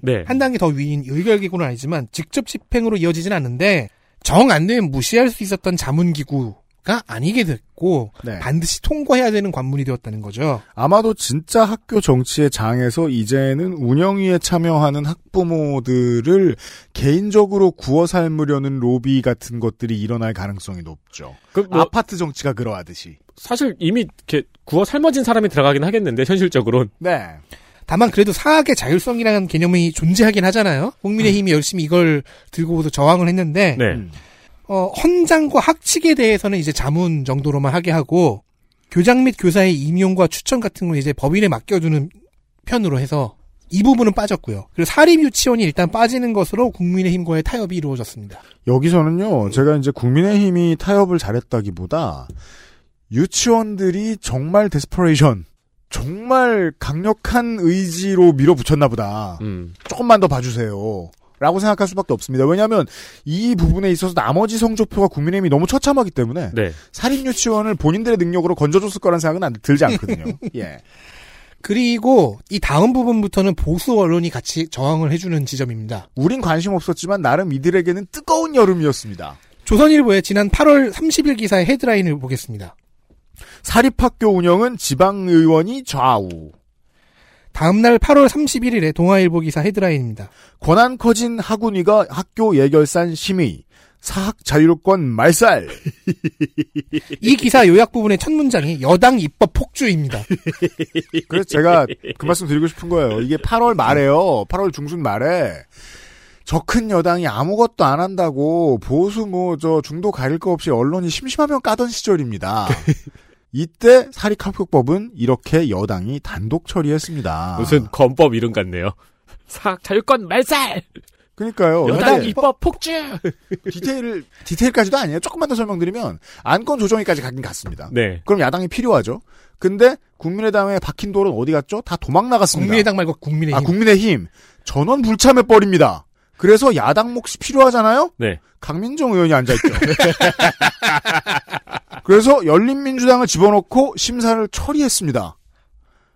Speaker 3: 그렇죠. 네.
Speaker 4: 한 단계 더 위인 의결기구는 아니지만, 직접 집행으로 이어지진 않는데, 정 안 되면 무시할 수 있었던 자문기구가 아니게 됐고,
Speaker 2: 네.
Speaker 4: 반드시 통과해야 되는 관문이 되었다는 거죠.
Speaker 2: 아마도 진짜 학교 정치의 장에서 이제는 운영위에 참여하는 학부모들을 개인적으로 구워 삶으려는 로비 같은 것들이 일어날 가능성이 높죠.
Speaker 3: 그 뭐,
Speaker 2: 아파트 정치가 그러하듯이.
Speaker 3: 사실 이미 이렇게 구워 삶아진 사람이 들어가긴 하겠는데 현실적으로는
Speaker 2: 네.
Speaker 4: 다만 그래도 사학의 자율성이라는 개념이 존재하긴 하잖아요. 국민의힘이 열심히 이걸 들고 오서 저항을 했는데
Speaker 3: 네.
Speaker 2: 음.
Speaker 4: 어, 헌장과 학칙에 대해서는 이제 자문 정도로만 하게 하고 교장 및 교사의 임용과 추천 같은 건 이제 법인에 맡겨두는 편으로 해서 이 부분은 빠졌고요. 그리고 사립 유치원이 일단 빠지는 것으로 국민의힘과의 타협이 이루어졌습니다.
Speaker 2: 여기서는요, 제가 이제 국민의힘이 타협을 잘했다기보다 유치원들이 정말 데스퍼레이션, 정말 강력한 의지로 밀어붙였나 보다.
Speaker 3: 음.
Speaker 2: 조금만 더 봐주세요. 라고 생각할 수밖에 없습니다. 왜냐하면 이 부분에 있어서 나머지 성적표가 국민의힘이 너무 처참하기 때문에
Speaker 3: 네.
Speaker 2: 사립 유치원을 본인들의 능력으로 건져줬을 거란 생각은 안- 들지 않거든요. 예,
Speaker 4: 그리고 이 다음 부분부터는 보수 언론이 같이 저항을 해주는 지점입니다.
Speaker 2: 우린 관심 없었지만 나름 이들에게는 뜨거운 여름이었습니다.
Speaker 4: 조선일보의 지난 8월 30일 기사의 헤드라인을 보겠습니다.
Speaker 2: 사립학교 운영은 지방 의원이 좌우.
Speaker 4: 다음날 8월 31일에 동아일보 기사 헤드라인입니다.
Speaker 2: 권한 커진 학운위가 학교 예결산 심의. 사학 자유권 말살.
Speaker 4: 이 기사 요약 부분의 첫 문장이 여당 입법 폭주입니다.
Speaker 2: 그래서 제가 그 말씀 드리고 싶은 거예요. 이게 8월 말에요. 8월 중순 말에. 저 큰 여당이 아무것도 안 한다고 보수 뭐 저 중도 가릴 거 없이 언론이 심심하면 까던 시절입니다. 이때 사립학교법은 이렇게 여당이 단독 처리했습니다.
Speaker 3: 무슨 건법 이름 같네요. 사학 자유권 말살!
Speaker 2: 그러니까요.
Speaker 3: 여당
Speaker 2: 근데
Speaker 3: 입법 폭주!
Speaker 2: 디테일을 디테일까지도 아니에요. 조금만 더 설명드리면 안건 조정위까지 가긴 갔습니다.
Speaker 3: 네.
Speaker 2: 그럼 야당이 필요하죠. 근데 국민의당의 박힌 돌은 어디 갔죠? 다 도망 나갔습니다.
Speaker 4: 국민의당 말고 국민의힘.
Speaker 2: 아, 국민의힘. 전원 불참해 버립니다. 그래서 야당 몫이 필요하잖아요?
Speaker 3: 네.
Speaker 2: 강민정 의원이 앉아있죠. 그래서 열린민주당을 집어넣고 심사를 처리했습니다.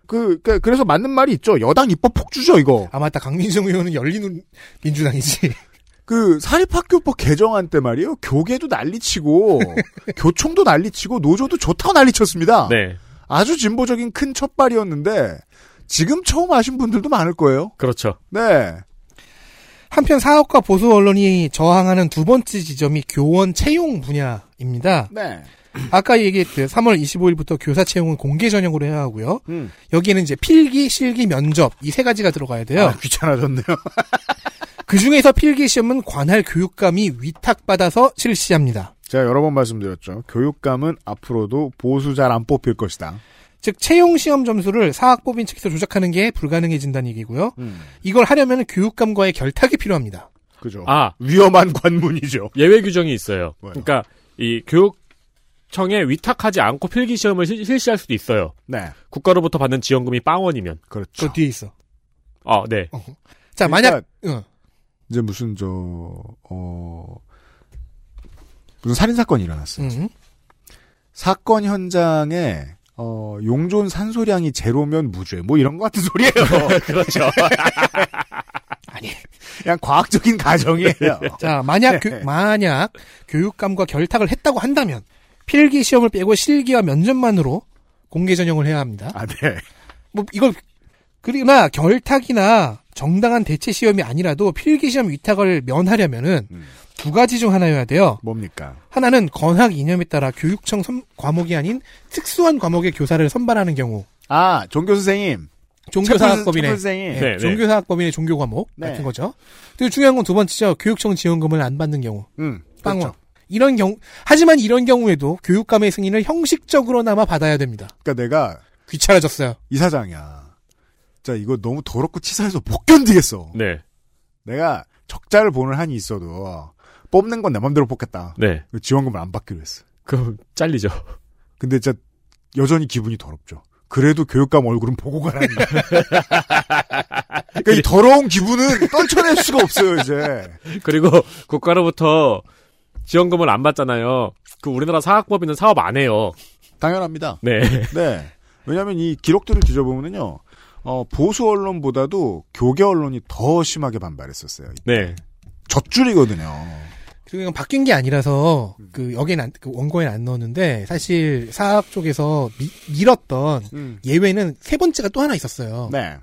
Speaker 2: 그, 그, 그래서 맞는 말이 있죠. 여당 입법 폭주죠, 이거.
Speaker 4: 아 맞다 강민정 의원은 열린 민주당이지.
Speaker 2: 그, 사립학교법 개정안 때 말이에요. 교계도 난리치고, 교총도 난리치고, 노조도 좋다고 난리쳤습니다.
Speaker 3: 네.
Speaker 2: 아주 진보적인 큰 첫발이었는데, 지금 처음 아신 분들도 많을 거예요.
Speaker 3: 그렇죠.
Speaker 2: 네.
Speaker 4: 한편 사업과 보수 언론이 저항하는 두 번째 지점이 교원 채용 분야입니다.
Speaker 2: 네.
Speaker 4: 아까 얘기했듯 3월 25일부터 교사 채용은 공개 전형으로 해야 하고요.
Speaker 2: 음.
Speaker 4: 여기에는 이제 필기, 실기, 면접 이 세 가지가 들어가야 돼요.
Speaker 2: 아, 귀찮아졌네요.
Speaker 4: 그 중에서 필기 시험은 관할 교육감이 위탁받아서 실시합니다.
Speaker 2: 제가 여러 번 말씀드렸죠. 교육감은 앞으로도 보수 잘 안 뽑힐 것이다.
Speaker 4: 즉 채용 시험 점수를 사학법인 측에서 조작하는 게 불가능해진다는 얘기고요.
Speaker 2: 음.
Speaker 4: 이걸 하려면 교육감과의 결탁이 필요합니다.
Speaker 2: 그죠.
Speaker 3: 아,
Speaker 2: 위험한 관문이죠.
Speaker 3: 예외 규정이 있어요.
Speaker 2: 뭐요?
Speaker 3: 그러니까 이 교육청에 위탁하지 않고 필기 시험을 실- 실시할 수도 있어요.
Speaker 2: 네.
Speaker 3: 국가로부터 받는 지원금이 빵원이면.
Speaker 2: 그렇죠.
Speaker 4: 그 뒤에 있어.
Speaker 3: 아, 네.
Speaker 2: 어.
Speaker 4: 자 만약
Speaker 2: 그러니까
Speaker 4: 어,
Speaker 2: 이제 무슨 저 어. 무슨 살인 사건이 일어났어요.
Speaker 4: 음.
Speaker 2: 사건 현장에 어, 용존 산소량이 제로면 무죄. 뭐 이런 것 같은 소리예요.
Speaker 3: 그렇죠.
Speaker 2: 그냥 과학적인 가정이에요.
Speaker 4: 자 만약
Speaker 2: 네.
Speaker 4: 교, 만약 교육감과 결탁을 했다고 한다면 필기 시험을 빼고 실기와 면접만으로 공개 전형을 해야 합니다.
Speaker 2: 아, 네.
Speaker 4: 뭐 이걸 그러나 결탁이나 정당한 대체 시험이 아니라도 필기 시험 위탁을 면하려면은
Speaker 2: 음.
Speaker 4: 두 가지 중 하나여야 돼요.
Speaker 2: 뭡니까?
Speaker 4: 하나는 건학 이념에 따라 교육청 선- 과목이 아닌 특수한 과목의 교사를 선발하는 경우.
Speaker 2: 아, 종교 선생님.
Speaker 4: 종교사학법인의
Speaker 2: 챔플 선생님.
Speaker 4: 예,
Speaker 3: 네, 네.
Speaker 4: 종교사학법인의 종교 과목
Speaker 2: 네.
Speaker 4: 같은 거죠. 그리고 중요한 건 두 번째죠. 교육청 지원금을 안 받는 경우.
Speaker 2: 음,
Speaker 4: 빵원.
Speaker 2: 그렇죠.
Speaker 4: 이런 경우 하지만 이런 경우에도 교육감의 승인을 형식적으로나마 받아야 됩니다.
Speaker 2: 그러니까 내가
Speaker 4: 귀찮아졌어요.
Speaker 2: 이 사장이야. 진짜 이거 너무 더럽고 치사해서 못 견디겠어.
Speaker 3: 네.
Speaker 2: 내가 적자를 보는 한이 있어도 뽑는 건 내 맘대로 뽑겠다. 그
Speaker 3: 네.
Speaker 2: 지원금을 안 받기로 했어.
Speaker 3: 그럼 잘리죠.
Speaker 2: 근데 진짜 여전히 기분이 더럽죠. 그래도 교육감 얼굴은 보고 가라니. 그러니까 이 더러운 기분은 떨쳐낼 수가 없어요 이제.
Speaker 3: 그리고 국가로부터 지원금을 안 받잖아요. 그 우리나라 사학법인은 사업 안 해요.
Speaker 2: 당연합니다.
Speaker 3: 네.
Speaker 2: 네. 왜냐하면 이 기록들을 뒤져보면요, 어, 보수 언론보다도 교계 언론이 더 심하게 반발했었어요.
Speaker 3: 네.
Speaker 2: 젖줄이거든요.
Speaker 4: 그리고 이건 바뀐 게 아니라서 그 여기는 안, 그 원고에는 안 넣었는데 사실 사학 쪽에서 미- 밀었던
Speaker 2: 음.
Speaker 4: 예외는 세 번째가 또 하나 있었어요.
Speaker 2: 네.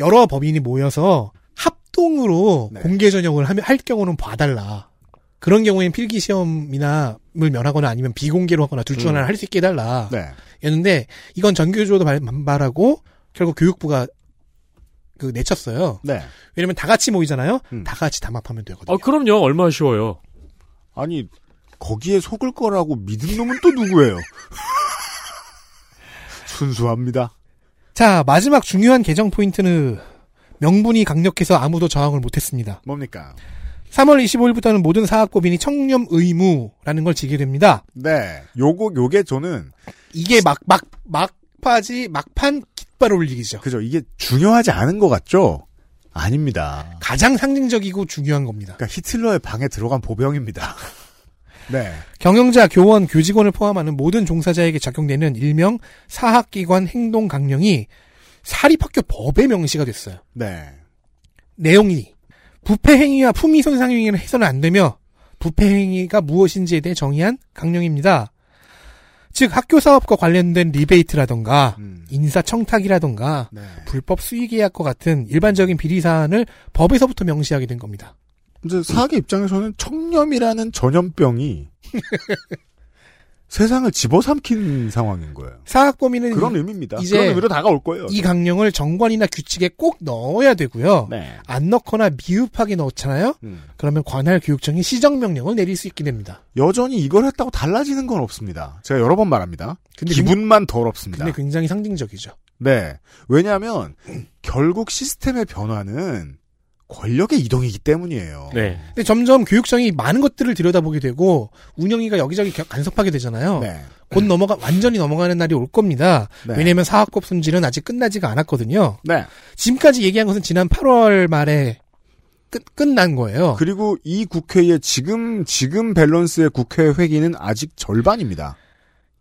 Speaker 4: 여러 법인이 모여서 합동으로
Speaker 2: 네.
Speaker 4: 공개 전형을 하면 할 경우는 봐달라. 그런 경우에는 필기 시험이나를 면하거나 아니면 비공개로 하거나 둘
Speaker 3: 음.
Speaker 4: 중 하나를 할 수 있게 해달라.
Speaker 2: 네.
Speaker 4: 였는데 이건 전교조도 발- 반발하고 결국 교육부가 그 내쳤어요.
Speaker 2: 네.
Speaker 4: 왜냐면 다 같이 모이잖아요.
Speaker 2: 음.
Speaker 4: 다 같이 담합하면 되거든요.
Speaker 3: 어, 그럼요. 얼마나 쉬워요.
Speaker 2: 아니 거기에 속을 거라고 믿은 놈은 또 누구예요? 순수합니다.
Speaker 4: 자 마지막 중요한 개정 포인트는 명분이 강력해서 아무도 저항을 못했습니다.
Speaker 2: 뭡니까?
Speaker 4: 3월 25일부터는 모든 사학법인이 청렴 의무라는 걸 지게 됩니다.
Speaker 2: 네. 요거 요게 저는
Speaker 4: 이게 막 막 막파지 막판 깃발 올리기죠.
Speaker 2: 그죠. 이게 중요하지 않은 것 같죠? 아닙니다.
Speaker 4: 가장 상징적이고 중요한 겁니다.
Speaker 2: 그러니까 히틀러의 방에 들어간 보병입니다. 네.
Speaker 4: 경영자, 교원, 교직원을 포함하는 모든 종사자에게 적용되는 일명 사학기관 행동 강령이 사립학교 법에 명시가 됐어요.
Speaker 2: 네.
Speaker 4: 내용이 부패 행위와 품위 손상 행위는 해서는 안 되며 부패 행위가 무엇인지에 대해 정의한 강령입니다. 즉 학교 사업과 관련된 리베이트라던가
Speaker 2: 음.
Speaker 4: 인사 청탁이라던가
Speaker 2: 네.
Speaker 4: 불법 수의 계약과 같은 일반적인 비리 사안을 법에서부터 명시하게 된 겁니다.
Speaker 2: 이제 사학의 입장에서는 청렴이라는 전염병이 세상을 집어삼킨 상황인 거예요.
Speaker 4: 사학 범위는
Speaker 2: 그런 의미입니다.
Speaker 4: 이제
Speaker 2: 그런 의미로 다가올 거예요.
Speaker 4: 이 강령을 정관이나 규칙에 꼭 넣어야 되고요.
Speaker 2: 네.
Speaker 4: 안 넣거나 미흡하게 넣잖아요.
Speaker 2: 음.
Speaker 4: 그러면 관할 교육청이 시정 명령을 내릴 수 있게 됩니다.
Speaker 2: 여전히 이걸 했다고 달라지는 건 없습니다. 제가 여러 번 말합니다.
Speaker 4: 근데
Speaker 2: 기분만 더럽습니다.
Speaker 4: 근데 그- 굉장히 상징적이죠.
Speaker 2: 네. 왜냐하면 결국 시스템의 변화는 권력의 이동이기 때문이에요.
Speaker 3: 네.
Speaker 4: 근데 점점 교육청이 많은 것들을 들여다보게 되고 운영위가 여기저기 겨- 간섭하게 되잖아요.
Speaker 2: 네.
Speaker 4: 곧 넘어가 완전히 넘어가는 날이 올 겁니다.
Speaker 2: 네.
Speaker 4: 왜냐하면 사학법 손질은 아직 끝나지가 않았거든요.
Speaker 2: 네.
Speaker 4: 지금까지 얘기한 것은 지난 8월 말에 끝 끝난 거예요.
Speaker 2: 그리고 이 국회의 지금 지금 밸런스의 국회 회기는 아직 절반입니다.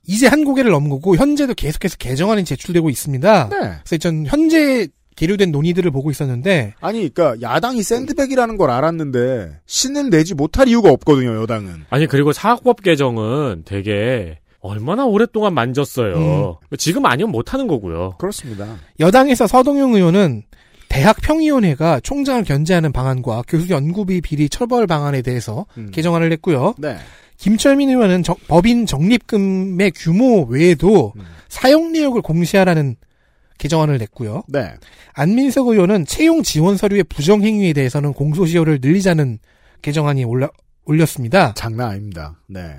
Speaker 4: 이제 한 고개를 넘은 거고 현재도 계속해서 개정안이 제출되고 있습니다.
Speaker 2: 네.
Speaker 4: 그래서 전 현재 계류된 논의들을 보고 있었는데
Speaker 2: 아니 그러니까 야당이 샌드백이라는 걸 알았는데 신은 내지 못할 이유가 없거든요, 여당은.
Speaker 3: 아니 그리고 사학법 개정은 되게 얼마나 오랫동안 만졌어요.
Speaker 2: 음.
Speaker 3: 지금 아니면 못 하는 거고요.
Speaker 2: 그렇습니다.
Speaker 4: 여당에서 서동용 의원은 대학 평의원회가 총장을 견제하는 방안과 교수 연구비 비리 처벌 방안에 대해서
Speaker 2: 음.
Speaker 4: 개정안을 냈고요.
Speaker 2: 네.
Speaker 4: 김철민 의원은 정- 법인 적립금의 규모 외에도
Speaker 2: 음.
Speaker 4: 사용 내역을 공시하라는 개정안을 냈고요.
Speaker 2: 네.
Speaker 4: 안민석 의원은 채용 지원 서류의 부정 행위에 대해서는 공소시효를 늘리자는 개정안이 올라 올렸습니다.
Speaker 2: 장난 아닙니다. 네.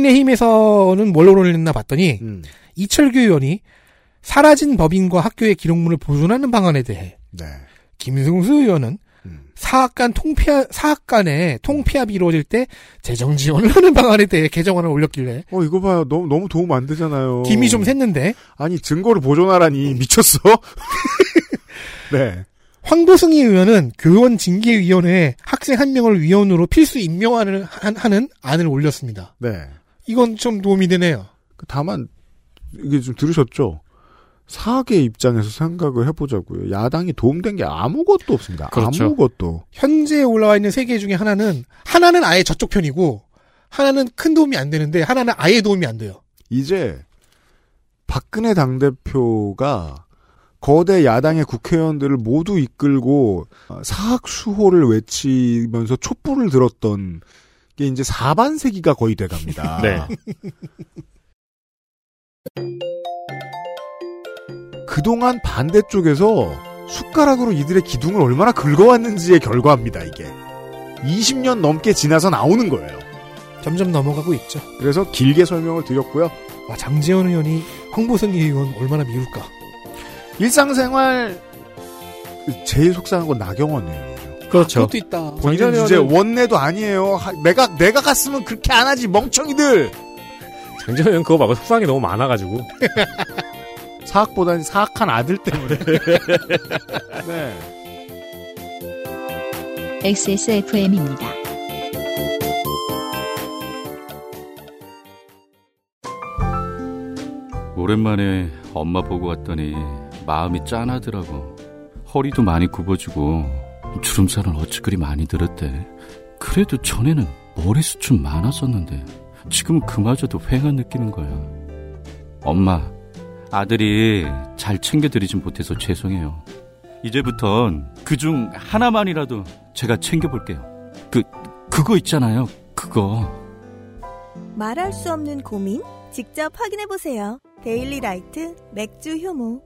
Speaker 4: 국민의힘에서는 뭘 올렸나 봤더니
Speaker 2: 음.
Speaker 4: 이철규 의원이 사라진 법인과 학교의 기록물을 보존하는 방안에 대해
Speaker 2: 네.
Speaker 4: 김승수 의원은
Speaker 2: 음.
Speaker 4: 사학간 통폐합 사학간에 통폐합이 이루어질 때 재정 지원을 하는 방안에 대해 개정안을 올렸길래
Speaker 2: 어 이거 봐요. 너무 너무 도움 안 되잖아요.
Speaker 4: 김이 좀 샜는데
Speaker 2: 아니 증거를 보존하라니 미쳤어? 네.
Speaker 4: 황보승희 의원은 교원 징계위원회에 학생 한 명을 위원으로 필수 임명안을 한- 하는 안을 올렸습니다.
Speaker 2: 네.
Speaker 4: 이건 좀 도움이 되네요.
Speaker 2: 그 다만 이게 좀 들으셨죠? 사학의 입장에서 생각을 해보자고요. 야당이 도움된 게 아무것도 없습니다.
Speaker 3: 그렇죠.
Speaker 2: 아무것도.
Speaker 4: 현재 올라와 있는 세 개 중에 하나는 하나는 아예 저쪽 편이고 하나는 큰 도움이 안 되는데 하나는 아예 도움이 안 돼요.
Speaker 2: 이제 박근혜 당대표가 거대 야당의 국회의원들을 모두 이끌고 사학수호를 외치면서 촛불을 들었던 게 이제 4반세기가 거의 돼갑니다.
Speaker 3: 네.
Speaker 2: 그동안 반대쪽에서 숟가락으로 이들의 기둥을 얼마나 긁어왔는지의 결과입니다, 이게. 20년 넘게 지나서 나오는 거예요.
Speaker 4: 점점 넘어가고 있죠.
Speaker 2: 그래서 길게 설명을 드렸고요.
Speaker 4: 와 장재원 의원이 황보승희 의원 얼마나 미울까.
Speaker 2: 일상생활 제일 속상한 건 나경원 의원이에요.
Speaker 3: 그렇죠.
Speaker 4: 그것도 있다.
Speaker 2: 본인은
Speaker 3: 장전
Speaker 2: 이제
Speaker 3: 의원은-
Speaker 2: 원내도 아니에요. 하- 내가 내가 갔으면 그렇게 안 하지 멍청이들.
Speaker 3: 장재현 그거 봐봐. 속상이 너무 많아가지고.
Speaker 2: 사학보다는 사학한 아들 때문에. 네.
Speaker 1: XSFM입니다.
Speaker 11: 오랜만에 엄마 보고 왔더니 마음이 짠하더라고. 허리도 많이 굽어지고 주름살은 어찌 그리 많이 들었대. 그래도 전에는 머리숱 좀 많았었는데 지금은 그마저도 휑한 느끼는 거야. 엄마, 아들이 잘 챙겨드리진 못해서 죄송해요. 이제부턴 그중 하나만이라도 제가 챙겨볼게요. 그, 그거 있잖아요. 그거.
Speaker 9: 말할 수 없는 고민 직접 확인해 보세요. 데일리 라이트 맥주 효모.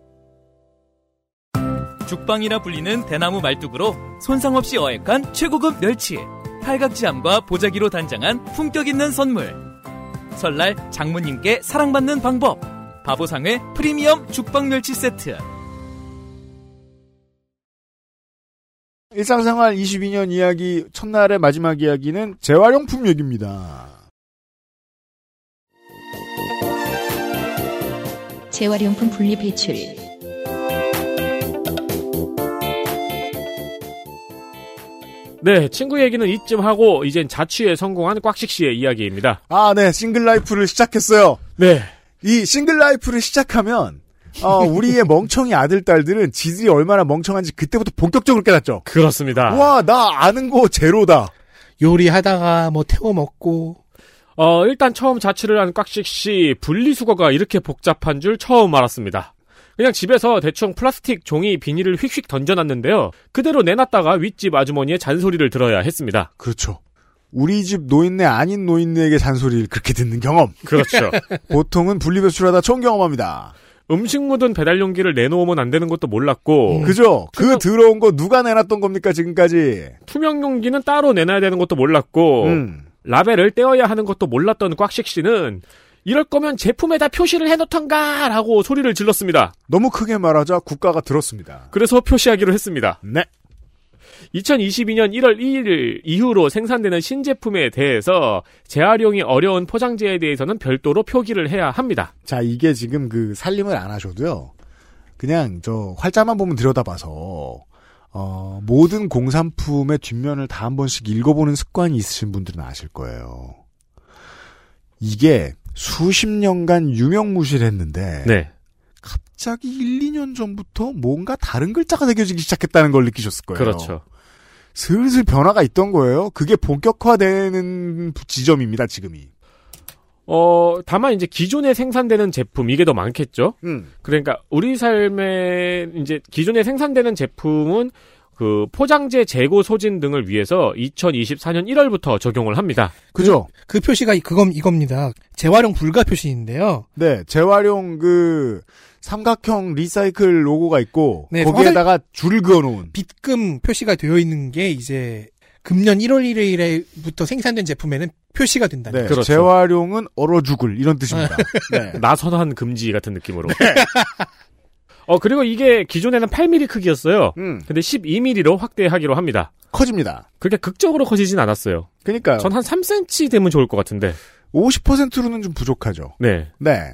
Speaker 10: 죽방이라 불리는 대나무 말뚝으로 손상 없이 어획한 최고급 멸치 팔각지함과 보자기로 단장한 품격 있는 선물 설날 장모님께 사랑받는 방법 바보상회 프리미엄 죽방 멸치 세트
Speaker 2: 일상생활 22년 이야기 첫날의 마지막 이야기는 재활용품 얘기입니다.
Speaker 1: 재활용품 분리 배출.
Speaker 3: 네, 친구 얘기는 이쯤 하고 이젠 자취에 성공한 꽉식 씨의 이야기입니다.
Speaker 2: 아, 네. 싱글 라이프를 시작했어요.
Speaker 3: 네.
Speaker 2: 이 싱글 라이프를 시작하면 어, 우리의 멍청이 아들 딸들은 지들이 얼마나 멍청한지 그때부터 본격적으로 깨닫죠.
Speaker 3: 그렇습니다.
Speaker 2: 와, 나 아는 거 제로다.
Speaker 4: 요리하다가 뭐 태워 먹고
Speaker 3: 어, 일단 처음 자취를 한 꽉식 씨 분리수거가 이렇게 복잡한 줄 처음 알았습니다. 그냥 집에서 대충 플라스틱 종이 비닐을 휙휙 던져놨는데요. 그대로 내놨다가 윗집 아주머니의 잔소리를 들어야 했습니다.
Speaker 2: 그렇죠. 우리 집 노인네 아닌 노인네에게 잔소리를 그렇게 듣는 경험.
Speaker 3: 그렇죠.
Speaker 2: 네. 보통은 분리배출하다 처음 경험합니다.
Speaker 3: 음식 묻은 배달용기를 내놓으면 안 되는 것도 몰랐고
Speaker 2: 그죠? 그 더러운 거 누가 내놨던 겁니까 지금까지?
Speaker 3: 투명 용기는 따로 내놔야 되는 것도 몰랐고
Speaker 2: 음.
Speaker 3: 라벨을 떼어야 하는 것도 몰랐던 꽉식 씨는 이럴 거면 제품에다 표시를 해놓던가 라고 소리를 질렀습니다.
Speaker 2: 너무 크게 말하자 국가가 들었습니다.
Speaker 3: 그래서 표시하기로 했습니다.
Speaker 2: 네.
Speaker 3: 2022년 1월 1일 이후로 생산되는 신제품에 대해서 재활용이 어려운 포장재에 대해서는 별도로 표기를 해야 합니다.
Speaker 2: 자, 이게 지금 그 살림을 안 하셔도요. 그냥 저 활자만 보면 들여다봐서 어, 모든 공산품의 뒷면을 다 한 번씩 읽어보는 습관이 있으신 분들은 아실 거예요. 이게 수십 년간 유명무실했는데
Speaker 3: 네.
Speaker 2: 갑자기 1, 2년 전부터 뭔가 다른 글자가 새겨지기 시작했다는 걸 느끼셨을 거예요.
Speaker 3: 그렇죠.
Speaker 2: 슬슬 변화가 있던 거예요. 그게 본격화되는 지점입니다, 지금이.
Speaker 3: 어, 다만 이제 기존에 생산되는 제품, 이게 더 많겠죠?
Speaker 2: 음.
Speaker 3: 그러니까 우리 삶에 이제 기존에 생산되는 제품은 그 포장재 재고 소진 등을 위해서 2024년 1월부터 적용을 합니다.
Speaker 2: 그죠?
Speaker 4: 그 표시가 그건 이겁니다. 재활용 불가 표시인데요.
Speaker 2: 네, 재활용 그 삼각형 리사이클 로고가 있고
Speaker 4: 네,
Speaker 2: 거기에다가 줄을 그어놓은
Speaker 4: bit금 표시가 되어 있는 게 이제 금년 1월 1일부터 생산된 제품에는 표시가 된다는
Speaker 2: 네,
Speaker 4: 거죠.
Speaker 3: 그렇죠.
Speaker 2: 재활용은 얼어 죽을 이런 뜻입니다. 네.
Speaker 3: 나선한 금지 같은 느낌으로. 어, 그리고 이게 기존에는 8mm 크기였어요.
Speaker 2: 음,
Speaker 3: 근데 12mm로 확대하기로 합니다.
Speaker 2: 커집니다.
Speaker 3: 그렇게 극적으로 커지진 않았어요.
Speaker 2: 그러니까요.
Speaker 3: 전 한 3cm 되면 좋을 것 같은데.
Speaker 2: 50%로는 좀 부족하죠.
Speaker 3: 네.
Speaker 2: 네.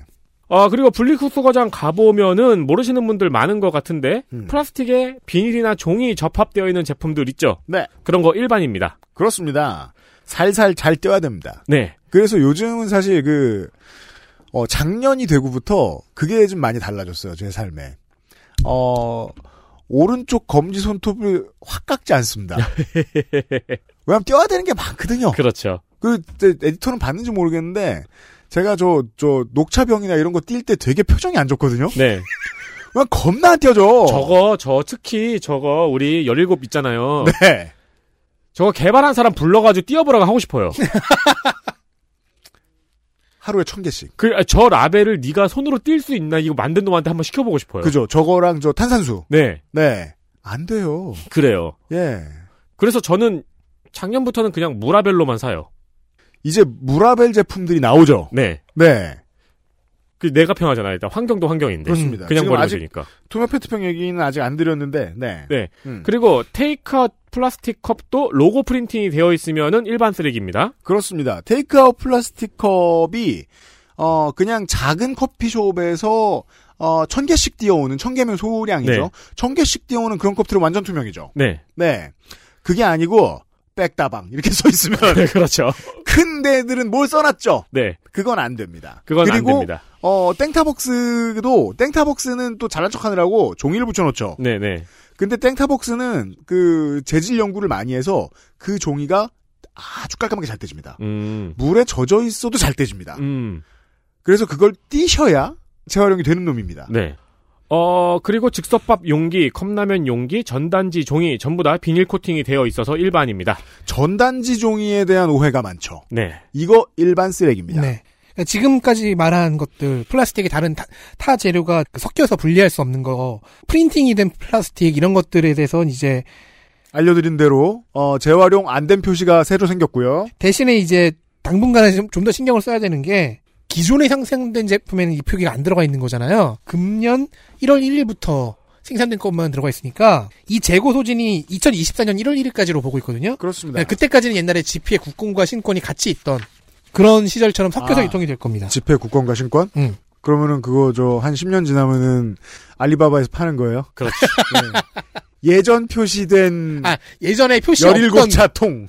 Speaker 3: 아, 그리고 분리수거장 가보면은 모르시는 분들 많은 것 같은데,
Speaker 2: 음.
Speaker 3: 플라스틱에 비닐이나 종이 접합되어 있는 제품들 있죠?
Speaker 2: 네.
Speaker 3: 그런 거 일반입니다.
Speaker 2: 그렇습니다. 살살 잘 떼야 됩니다.
Speaker 3: 네.
Speaker 2: 그래서 요즘은 사실 그, 어, 작년이 되고부터 그게 좀 많이 달라졌어요, 제 삶에. 어, 오른쪽 검지 손톱을 확 깎지 않습니다. 왜냐면 떼어야 되는 게 많거든요.
Speaker 3: 그렇죠.
Speaker 2: 그, 이제 에디터는 봤는지 모르겠는데, 제가 저, 저, 녹차병이나 이런 거 뛸 때 되게 표정이 안 좋거든요?
Speaker 3: 네.
Speaker 2: 그냥 겁나 안 떼어져!
Speaker 3: 저거, 저, 특히 저거, 우리 17 있잖아요.
Speaker 2: 네.
Speaker 3: 저거 개발한 사람 불러가지고 띄워보라고 하고 싶어요.
Speaker 2: 하루에 천 개씩.
Speaker 3: 그, 아, 저 라벨을 네가 손으로 띌 수 있나? 이거 만든 놈한테 한번 시켜보고 싶어요.
Speaker 2: 그죠? 저거랑 저 탄산수.
Speaker 3: 네.
Speaker 2: 네. 안 돼요.
Speaker 3: 그래요.
Speaker 2: 예.
Speaker 3: 그래서 저는 작년부터는 그냥 무라벨로만 사요.
Speaker 2: 이제 무라벨 제품들이 나오죠?
Speaker 3: 네.
Speaker 2: 네.
Speaker 3: 그 내가 편하잖아요. 일단 환경도 환경인데.
Speaker 2: 그렇습니다.
Speaker 3: 그냥
Speaker 2: 지금
Speaker 3: 버리면
Speaker 2: 아직
Speaker 3: 되니까.
Speaker 2: 투마 페트병 얘기는 아직 안 드렸는데, 네.
Speaker 3: 네.
Speaker 2: 음.
Speaker 3: 그리고 테이크아웃 플라스틱 컵도 로고 프린팅이 되어 있으면은 일반 쓰레기입니다.
Speaker 2: 그렇습니다. 테이크아웃 플라스틱 컵이 어 그냥 작은 커피숍에서 어천 개씩 뛰어오는 천 개면 소량이죠.
Speaker 3: 네.
Speaker 2: 천 개씩 뛰어오는 그런 컵들은 완전 투명이죠.
Speaker 3: 네.
Speaker 2: 네. 그게 아니고 백다방 이렇게 써 있으면
Speaker 3: 네, 그렇죠.
Speaker 2: 큰 데들은 뭘 써놨죠.
Speaker 3: 네.
Speaker 2: 그건 안 됩니다.
Speaker 3: 그건 안
Speaker 2: 그리고
Speaker 3: 됩니다.
Speaker 2: 어 땡타벅스도 땡타벅스는 또 잘난 척하느라고 종이를 붙여놓죠.
Speaker 3: 네, 네.
Speaker 2: 근데 땡타벅스는 그 재질 연구를 많이 해서 그 종이가 아주 깔끔하게 잘 떼집니다.
Speaker 3: 음.
Speaker 2: 물에 젖어 있어도 잘 떼집니다.
Speaker 3: 음.
Speaker 2: 그래서 그걸 띄셔야 재활용이 되는 놈입니다.
Speaker 3: 네. 어, 그리고 즉석밥 용기, 컵라면 용기, 전단지 종이 전부 다 비닐 코팅이 되어 있어서 일반입니다.
Speaker 2: 전단지 종이에 대한 오해가 많죠.
Speaker 3: 네.
Speaker 2: 이거 일반 쓰레기입니다.
Speaker 4: 네. 그러니까 지금까지 말한 것들 플라스틱의 다른 타, 타 재료가 그 섞여서 분리할 수 없는 거 프린팅이 된 플라스틱 이런 것들에 대해서는 이제
Speaker 2: 알려드린 대로 어, 재활용 안 된 표시가 새로 생겼고요.
Speaker 4: 대신에 이제 당분간은 좀 더 신경을 써야 되는 게 기존에 생산된 제품에는 이 표기가 안 들어가 있는 거잖아요. 금년 1월 1일부터 생산된 것만 들어가 있으니까 이 재고 소진이 2024년 1월 1일까지로 보고 있거든요.
Speaker 2: 그렇습니다.
Speaker 4: 네, 그때까지는 옛날에 지피의 국권과 신권이 같이 있던 그런 시절처럼 섞여서
Speaker 2: 아.
Speaker 4: 유통이 될 겁니다.
Speaker 2: 지폐 국권과 신권?
Speaker 4: 음.
Speaker 2: 그러면은 그거 저 한 10년 지나면은 알리바바에서 파는 거예요. 네.
Speaker 3: 그렇죠.
Speaker 2: 예전 표시된
Speaker 4: 아 예전에 표시 없던
Speaker 2: 17차 통.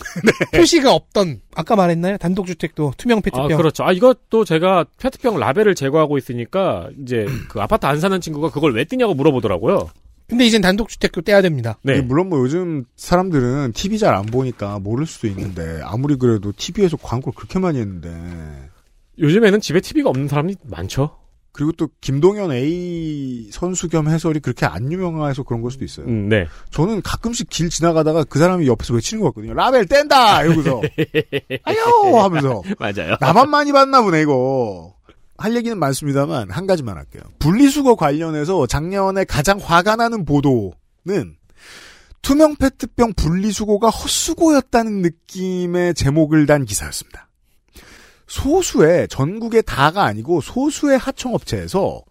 Speaker 4: 표시가 없던 예. 아까 말했나요? 단독주택도 투명
Speaker 3: 아,
Speaker 4: 페트병
Speaker 3: 그렇죠. 아, 이것도 제가 페트병 라벨을 제거하고 있으니까 이제 그 아파트 안 사는 친구가 그걸 왜 뜨냐고 물어보더라고요.
Speaker 4: 근데 이젠 단독주택도 떼야 됩니다.
Speaker 3: 네.
Speaker 2: 물론 뭐 요즘 사람들은 TV 잘 안 보니까 모를 수도 있는데 아무리 그래도 TV에서 광고를 그렇게 많이 했는데
Speaker 3: 요즘에는 집에 TV가 없는 사람이 많죠.
Speaker 2: 그리고 또 김동현 A 선수 겸 해설이 그렇게 안 유명해서 그런 걸 수도 있어요.
Speaker 3: 음, 네.
Speaker 2: 저는 가끔씩 길 지나가다가 그 사람이 옆에서 외치는 것 같거든요. 라벨 뗀다! 이러고서 아유! 하면서
Speaker 3: 맞아요.
Speaker 2: 나만 많이 봤나 보네 이거. 할 얘기는 많습니다만 한 가지만 할게요. 분리수거 관련해서 작년에 가장 화가 나는 보도는 투명 페트병 분리수거가 헛수고였다는 느낌의 제목을 단 기사였습니다. 소수의 전국의 다가 아니고 소수의 하청업체에서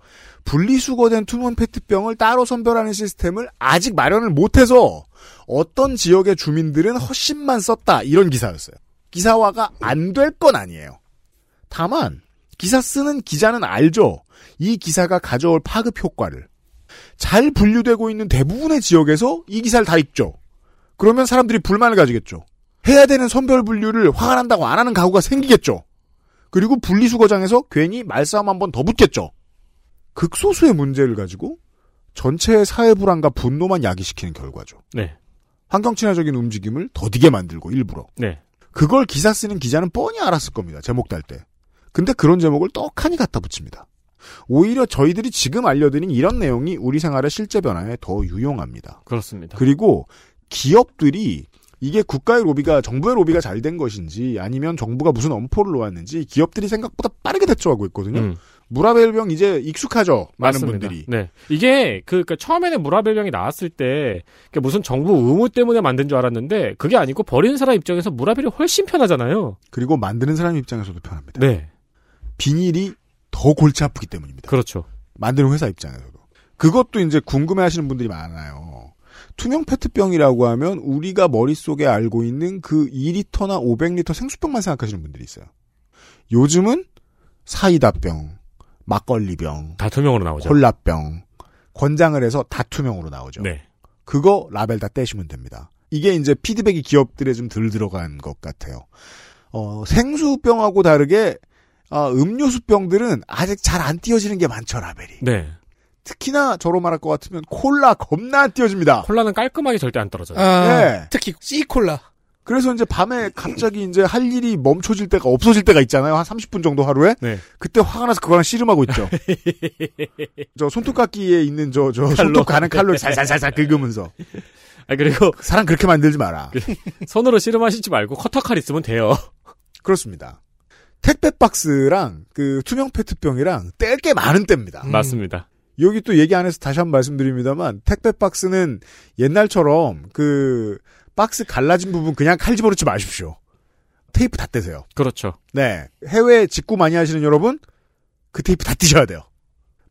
Speaker 2: 분리수거된 투명 페트병을 따로 선별하는 시스템을 아직 마련을 못해서 어떤 지역의 주민들은 헛심만 썼다 이런 기사였어요. 기사화가 안 될 건 아니에요. 다만 기사 쓰는 기자는 알죠. 이 기사가 가져올 파급 효과를. 잘 분류되고 있는 대부분의 지역에서 이 기사를 다 읽죠. 그러면 사람들이 불만을 가지겠죠. 해야 되는 선별 분류를 화가 난다고 안 하는 가구가 생기겠죠. 그리고 분리수거장에서 괜히 말싸움 한 번 더 붙겠죠. 극소수의 문제를 가지고 전체의 사회 불안과 분노만 야기시키는 결과죠.
Speaker 3: 네.
Speaker 2: 환경 친화적인 움직임을 더디게 만들고 일부러.
Speaker 3: 네.
Speaker 2: 그걸 기사 쓰는 기자는 뻔히 알았을 겁니다. 제목 달 때. 근데 그런 제목을 떡하니 갖다 붙입니다. 오히려 저희들이 지금 알려드린 이런 내용이 우리 생활의 실제 변화에 더 유용합니다.
Speaker 3: 그렇습니다.
Speaker 2: 그리고 기업들이 이게 국가의 로비가 정부의 로비가 잘 된 것인지 아니면 정부가 무슨 엄포를 놓았는지 기업들이 생각보다 빠르게 대처하고 있거든요.
Speaker 3: 음.
Speaker 2: 무라벨병 이제 익숙하죠. 많은
Speaker 3: 맞습니다.
Speaker 2: 분들이.
Speaker 3: 네. 이게 그 그러니까 처음에는 무라벨병이 나왔을 때 그러니까 무슨 정부 의무 때문에 만든 줄 알았는데 그게 아니고 버리는 사람 입장에서 무라벨이 훨씬 편하잖아요.
Speaker 2: 그리고 만드는 사람 입장에서도 편합니다.
Speaker 3: 네.
Speaker 2: 비닐이 더 골치 아프기 때문입니다.
Speaker 3: 그렇죠.
Speaker 2: 만드는 회사 입장에서도. 그것도 이제 궁금해 하시는 분들이 많아요. 투명 페트병이라고 하면 우리가 머릿속에 알고 있는 그 2리터나 500리터 생수병만 생각하시는 분들이 있어요. 요즘은 사이다병, 막걸리병,
Speaker 3: 다 투명으로 나오죠.
Speaker 2: 콜라병, 권장을 해서 다 투명으로 나오죠.
Speaker 3: 네.
Speaker 2: 그거 라벨 다 떼시면 됩니다. 이게 이제 피드백이 기업들에 좀 덜 들어간 것 같아요. 어, 생수병하고 다르게 아, 음료수병들은 아직 잘 안 띄어지는 게 많죠, 라벨이.
Speaker 3: 네.
Speaker 2: 특히나 저로 말할 것 같으면 콜라 겁나 안 띄어집니다.
Speaker 3: 콜라는 깔끔하게 절대 안 떨어져요.
Speaker 4: 아,
Speaker 2: 네.
Speaker 4: 특히 C콜라
Speaker 2: 그래서 이제 밤에 갑자기 이제 할 일이 멈춰질 때가 없어질 때가 있잖아요. 한 30분 정도 하루에.
Speaker 3: 네.
Speaker 2: 그때 화가 나서 그거랑 씨름하고 있죠. 저 손톱깎이에 있는 저, 저 손톱 가는 칼로 살살살살 긁으면서.
Speaker 3: 아 그리고
Speaker 2: 사람 그렇게 만들지 마라.
Speaker 3: 손으로 씨름하시지 말고 커터칼 있으면 돼요.
Speaker 2: 그렇습니다. 택배 박스랑 그 투명 페트병이랑 뗄 게 많은 때입니다.
Speaker 4: 음.
Speaker 3: 맞습니다.
Speaker 2: 여기 또 얘기 안 해서 다시 한번 말씀드립니다만 택배 박스는 옛날처럼 그 박스 갈라진 부분 그냥 칼 집어넣지 마십시오. 테이프 다 떼세요.
Speaker 3: 그렇죠.
Speaker 2: 네. 해외 직구 많이 하시는 여러분 그 테이프 다 떼셔야 돼요.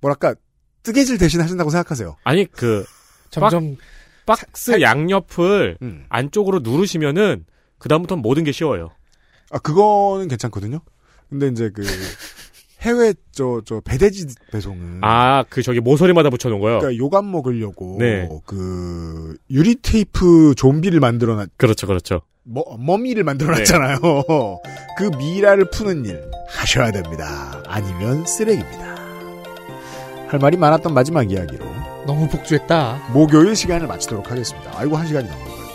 Speaker 2: 뭐랄까 뜨개질 대신 하신다고 생각하세요.
Speaker 3: 아니 그
Speaker 4: 점점
Speaker 3: 박, 스 양옆을
Speaker 2: 음.
Speaker 3: 안쪽으로 누르시면은 그 다음부터는 모든 게 쉬워요.
Speaker 2: 아 그거는 괜찮거든요. 근데 이제 그 해외 저 저 배대지 배송은
Speaker 3: 아 그 저기 모서리마다 붙여놓은 거요.
Speaker 2: 그러니까 요감 먹으려고
Speaker 3: 네.
Speaker 2: 그 유리 테이프 좀비를 만들어놨
Speaker 3: 그렇죠 그렇죠.
Speaker 2: 뭐, 머, 머미를 만들어놨잖아요. 그 미라를 푸는 일 하셔야 됩니다. 아니면 쓰레기입니다. 할 말이 많았던 마지막 이야기로
Speaker 4: 너무 복주했다.
Speaker 2: 목요일 시간을 마치도록 하겠습니다. 아이고 한 시간이 넘는 거예요.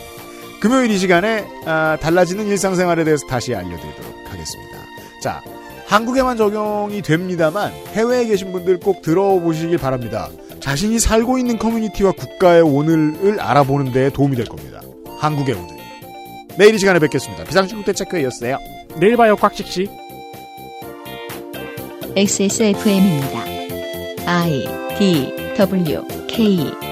Speaker 2: 금요일 이 시간에 아, 달라지는 일상생활에 대해서 다시 알려드리도록 하겠습니다. 자, 한국에만 적용이 됩니다만 해외에 계신 분들 꼭 들어보시길 바랍니다. 자신이 살고 있는 커뮤니티와 국가의 오늘을 알아보는 데 도움이 될 겁니다. 한국의 오늘. 내일 이 시간에 뵙겠습니다. 비상식국 대체크였어요.
Speaker 3: 내일 봐요 꽉식씨.
Speaker 1: XSFM입니다. I D W K